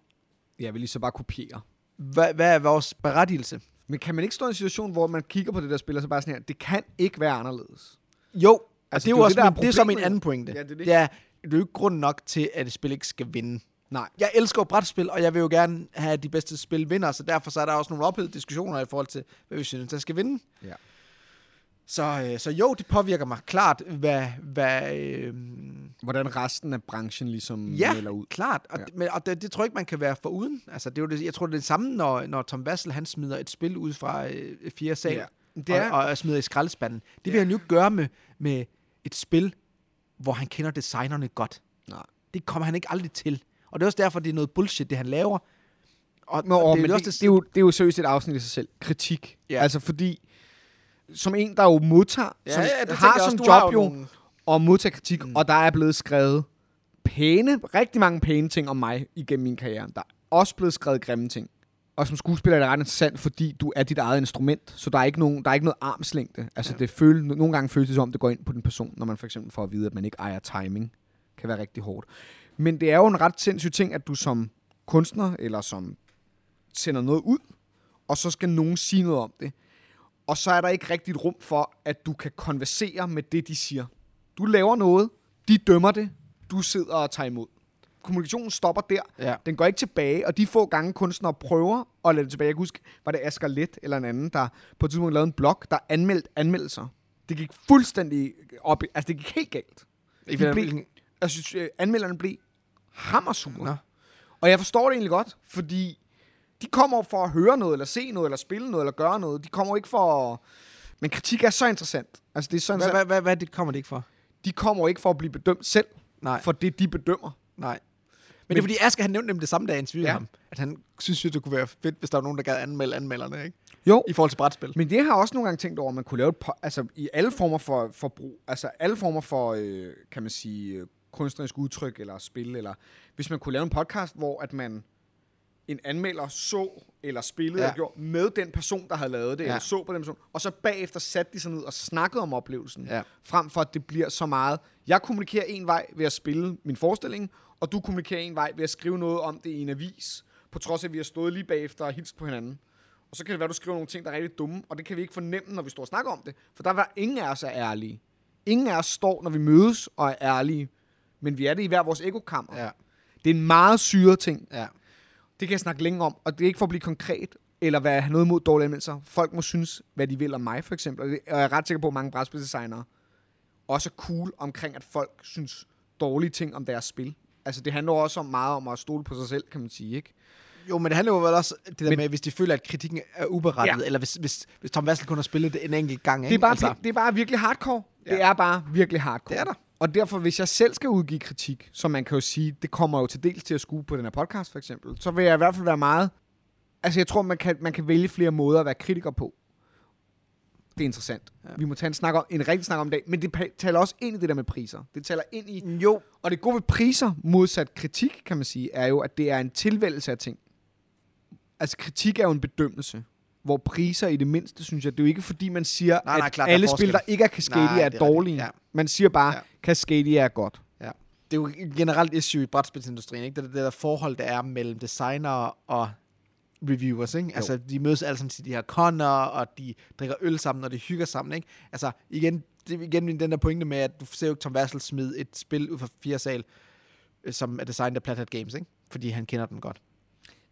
A: Jeg vil lige så bare kopiere.
B: hvad, hvad er vores berettigelse?
A: Men kan man ikke stå i en situation, hvor man kigger på det der spil, og så bare sådan her, det kan ikke være anderledes?
B: Jo, altså,
A: Altså,
B: det er jo
A: det er
B: også
A: det, der er
B: min, det er så min
A: problemet.
B: anden pointe.
A: Ja, det er det.
B: Det er, det er jo ikke grund nok til, at et spil ikke skal vinde.
A: Nej.
B: Jeg elsker jo brætspil, og jeg vil jo gerne have at de bedste spil vinder, så derfor så er der også nogle ophedede diskussioner i forhold til, hvad vi synes, der skal vinde.
A: Ja.
B: Så, øh, så jo, det påvirker mig klart, hvad... hvad øh,
A: Hvordan resten af branchen ligesom
B: ja,
A: melder ud.
B: klart. Og,
A: Ja.
B: ja. Men, og det, det tror jeg ikke, man kan være foruden. Altså, det er jo det, jeg tror, det er det samme, når, når Tom Vassel han smider et spil ud fra øh, 4. sal.
A: Ja.
B: Ja.
A: Det er-
B: Og, og smider i skraldespanden. Det vil
A: Ja.
B: han jo ikke gøre med, med et spil, hvor han kender designerne godt.
A: Nej.
B: Det kommer han ikke aldrig til. Og det er også derfor, det er noget bullshit, det han laver. Og,
A: Nå,
B: og
A: det, men det, det, er jo, det er jo seriøst et afsnit i sig selv. Kritik.
B: Ja.
A: Altså fordi, som en, der jo modtager, som
B: ja, det tænker
A: har
B: jeg
A: som
B: også, du
A: job
B: har jo
A: jo,
B: nogle-
A: og modtage kritik, mm. og der er blevet skrevet pæne, rigtig mange pæne ting om mig igennem min karriere. Der er også blevet skrevet grimme ting. Og som skuespiller er det ret interessant, fordi du er dit eget instrument, så der er ikke, nogen, der er ikke noget armslængde. Altså, det føle, nogle gange føles det som om, det går ind på den person, når man for eksempel får at vide, at man ikke ejer timing. kan være rigtig hårdt. Men det er jo en ret sindssyg ting, at du som kunstner, eller som sender noget ud, og så skal nogen sige noget om det. Og så er der ikke rigtigt rum for, at du kan konversere med det, de siger. Du laver noget, de dømmer det, du sidder og tager imod. Kommunikationen stopper der.
B: Ja.
A: Den går ikke tilbage, og de få gange kunstnere prøver at lade det tilbage. Jeg kan huske, var det Asger Let eller en anden, der på et tidspunkt lavede en blog, der anmeldte anmeldelser. Det gik fuldstændig op. i- Altså, det gik helt galt.
B: I
A: De
B: hvordan-
A: blev,
B: hvilken-
A: jeg synes, øh, anmelderne blev hammersure.
B: Nå.
A: Og jeg forstår det egentlig godt, fordi de kommer for at høre noget, eller se noget, eller spille noget, eller gøre noget. De kommer jo ikke for at... Men kritik er så interessant. Altså, det er så
B: Hvad,
A: interessant.
B: hvad, hvad, hvad det kommer det ikke for?
A: De kommer jo ikke for at blive bedømt selv,
B: Nej,
A: for det, de bedømmer.
B: nej. Men, det er fordi, Asger han nævnte dem det samme dag, jeg interviewede
A: Ja.
B: ja. ham. At han synes jo, det kunne være fedt, hvis der var nogen, der gad anmelde anmelderne, ikke?
A: Jo.
B: I forhold til brætspil.
A: Men det har jeg også nogle gange tænkt over, at man kunne lave et po- altså, i alle former for, for brug, altså alle former for, øh, kan man sige, øh, kunstnerisk udtryk eller spil, eller hvis man kunne lave en podcast, hvor at man en anmelder så eller spillede
B: Ja.
A: ja. eller gjorde med den person, der havde lavet det,
B: Ja.
A: ja. eller så på den person, og så bagefter satte de sig ned og snakkede om oplevelsen,
B: Ja.
A: frem for at det bliver så meget, jeg kommunikerer en vej ved at spille min forestilling, og du kommunikerer en vej ved at skrive noget om det i en avis, på trods af, at vi har stået lige bagefter og hilst på hinanden. Og så kan det være, at du skriver nogle ting, der er rigtig dumme, og det kan vi ikke fornemme, når vi står og snakker om det. For der er ingen af os er ærlige. Ingen af os står, når vi mødes og er ærlige. Men vi er det i hver vores ekokammer.
B: Ja,
A: Det er en meget syret ting.
B: ja.
A: Det kan jeg snakke længe om, og det er ikke for at blive konkret, eller være have noget mod dårlige anmeldelser. Folk må synes, hvad de vil om mig, for eksempel. Og det- Og jeg er ret sikker på, at mange brætspildesignere også er cool omkring, at folk synes dårlige ting om deres spil. Altså, det handler også om meget om at stole på sig selv, kan man sige, ikke?
B: Jo, men det handler jo vel også det der
A: Men-
B: med, hvis de føler, at kritikken er uberettiget, ja.
A: Ja.
B: eller hvis, hvis, hvis Tom Vassel kun har spillet det en enkelt gang.
A: Det
B: ikke?
A: er bare, altså. det er bare virkelig hardcore. Ja. Det er bare virkelig hardcore.
B: Det er der.
A: Og derfor, hvis jeg selv skal udgive kritik, som man kan jo sige, det kommer jo til dels til at skue på den her podcast for eksempel, så vil jeg i hvert fald være meget... Altså, jeg tror, man kan, man kan vælge flere måder at være kritiker på. Det er interessant. Ja. Vi må tage en, snak om, en rigtig snak om i dag, men det pa- taler også ind i det der med priser. Det taler ind i...
B: Jo,
A: Og det gode ved priser, modsat kritik, kan man sige, er jo, at det er en tilvælgelse af ting. Altså kritik er jo en bedømmelse, hvor priser i det mindste, synes jeg, det er jo ikke fordi, man siger,
B: Nej,
A: at
B: nej, klart, der er
A: alle
B: forskel.
A: spil, der ikke er Cascadia,
B: Nej, det er
A: er
B: rigtigt,
A: dårlige.
B: ja.
A: Man siger bare,
B: Ja.
A: ja. Cascadia er godt.
B: Ja. Det er jo et generelt issue i brætspilsindustrien, ikke? Det, er det der forhold, der er mellem designer og reviewers, ikke? Altså, de mødes alle sammen til de her conner, og de drikker øl sammen, og de hygger sammen, ikke? Altså, igen, det er igen den der pointe med, at du ser jo ikke Tom Vassel smide et spil ud fra fire sal, øh, som er designet af Plat Hat Games, ikke? Fordi han kender den godt.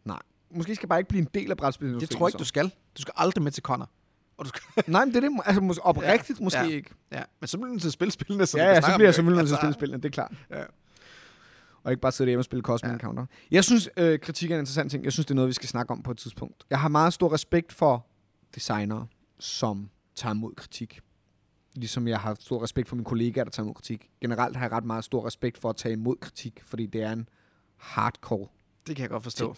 A: Nej. Måske skal jeg bare ikke blive en del af
B: Det
A: brætspilsindustrien.
B: tror jeg ikke, du
A: så.
B: skal. Du skal aldrig med til conner. Og du skal,
A: Nej, men det er det. Altså, mås- oprigtigt måske
B: Ja.
A: ikke.
B: ja, men så bliver du nødt til at spille spillene, som
A: Ja,
B: vi
A: ja,
B: snakker
A: så
B: om,
A: bliver jeg
B: jo,
A: selvfølgelig nødt
B: ikke?
A: til at spille
B: Altså,
A: spillene, det er klart.
B: Ja.
A: Og ikke bare sidde hjemme og spille Cosmic
B: Ja.
A: ja. Encounter. Jeg synes, øh, kritik er en interessant ting. Jeg synes, det er noget, vi skal snakke om på et tidspunkt. Jeg har meget stor respekt for designere, som tager imod kritik. Ligesom jeg har stor respekt for mine kollegaer, der tager imod kritik. Generelt har jeg ret meget stor respekt for at tage imod kritik, fordi det er en hardcore.
B: Det kan jeg godt forstå.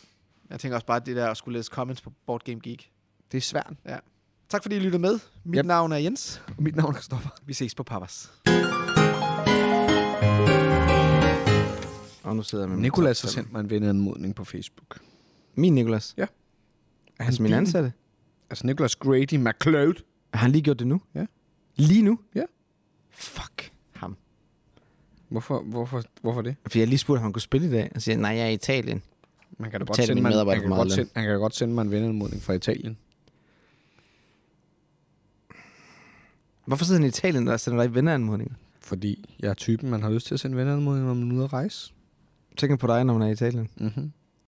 B: Jeg tænker også bare, at det der at skulle læse comments på Board Game Geek.
A: Det er svært.
B: Tak fordi I lyttede med. Mit
A: Yep.
B: navn er Jens.
A: Mit navn er Kristoffer.
B: Vi ses på Papas. Og nu sidder jeg med min
A: Nikolas har
B: top fem.
A: sendt mig en venneanmodning på Facebook.
B: Min Nikolas?
A: Ja.
B: Er han min
A: din?
B: ansatte?
A: Altså Nicholas Grady McLeod.
B: Har han lige gjort det nu?
A: Ja.
B: Lige nu?
A: Ja.
B: Fuck ham.
A: Hvorfor, hvorfor, hvorfor det?
B: Fordi jeg lige spurgte, om han kunne spille i dag. Han siger, nej, jeg er i Italien.
A: Man kan da
B: Jeg
A: godt
B: betaler
A: sende
B: mine
A: mig, en-
B: medarbejdere
A: han kan,
B: for
A: godt
B: meget
A: sende, han kan da godt sende mig en venanmodning fra Italien.
B: Hvorfor sidder han i Italien, der sender dig venneranmodninger?
A: Fordi jeg er typen, man har lyst til at sende venanmodninger, når man er ude at rejse.
B: Tænker på dig, når man er i Italien.
A: Mm-hmm.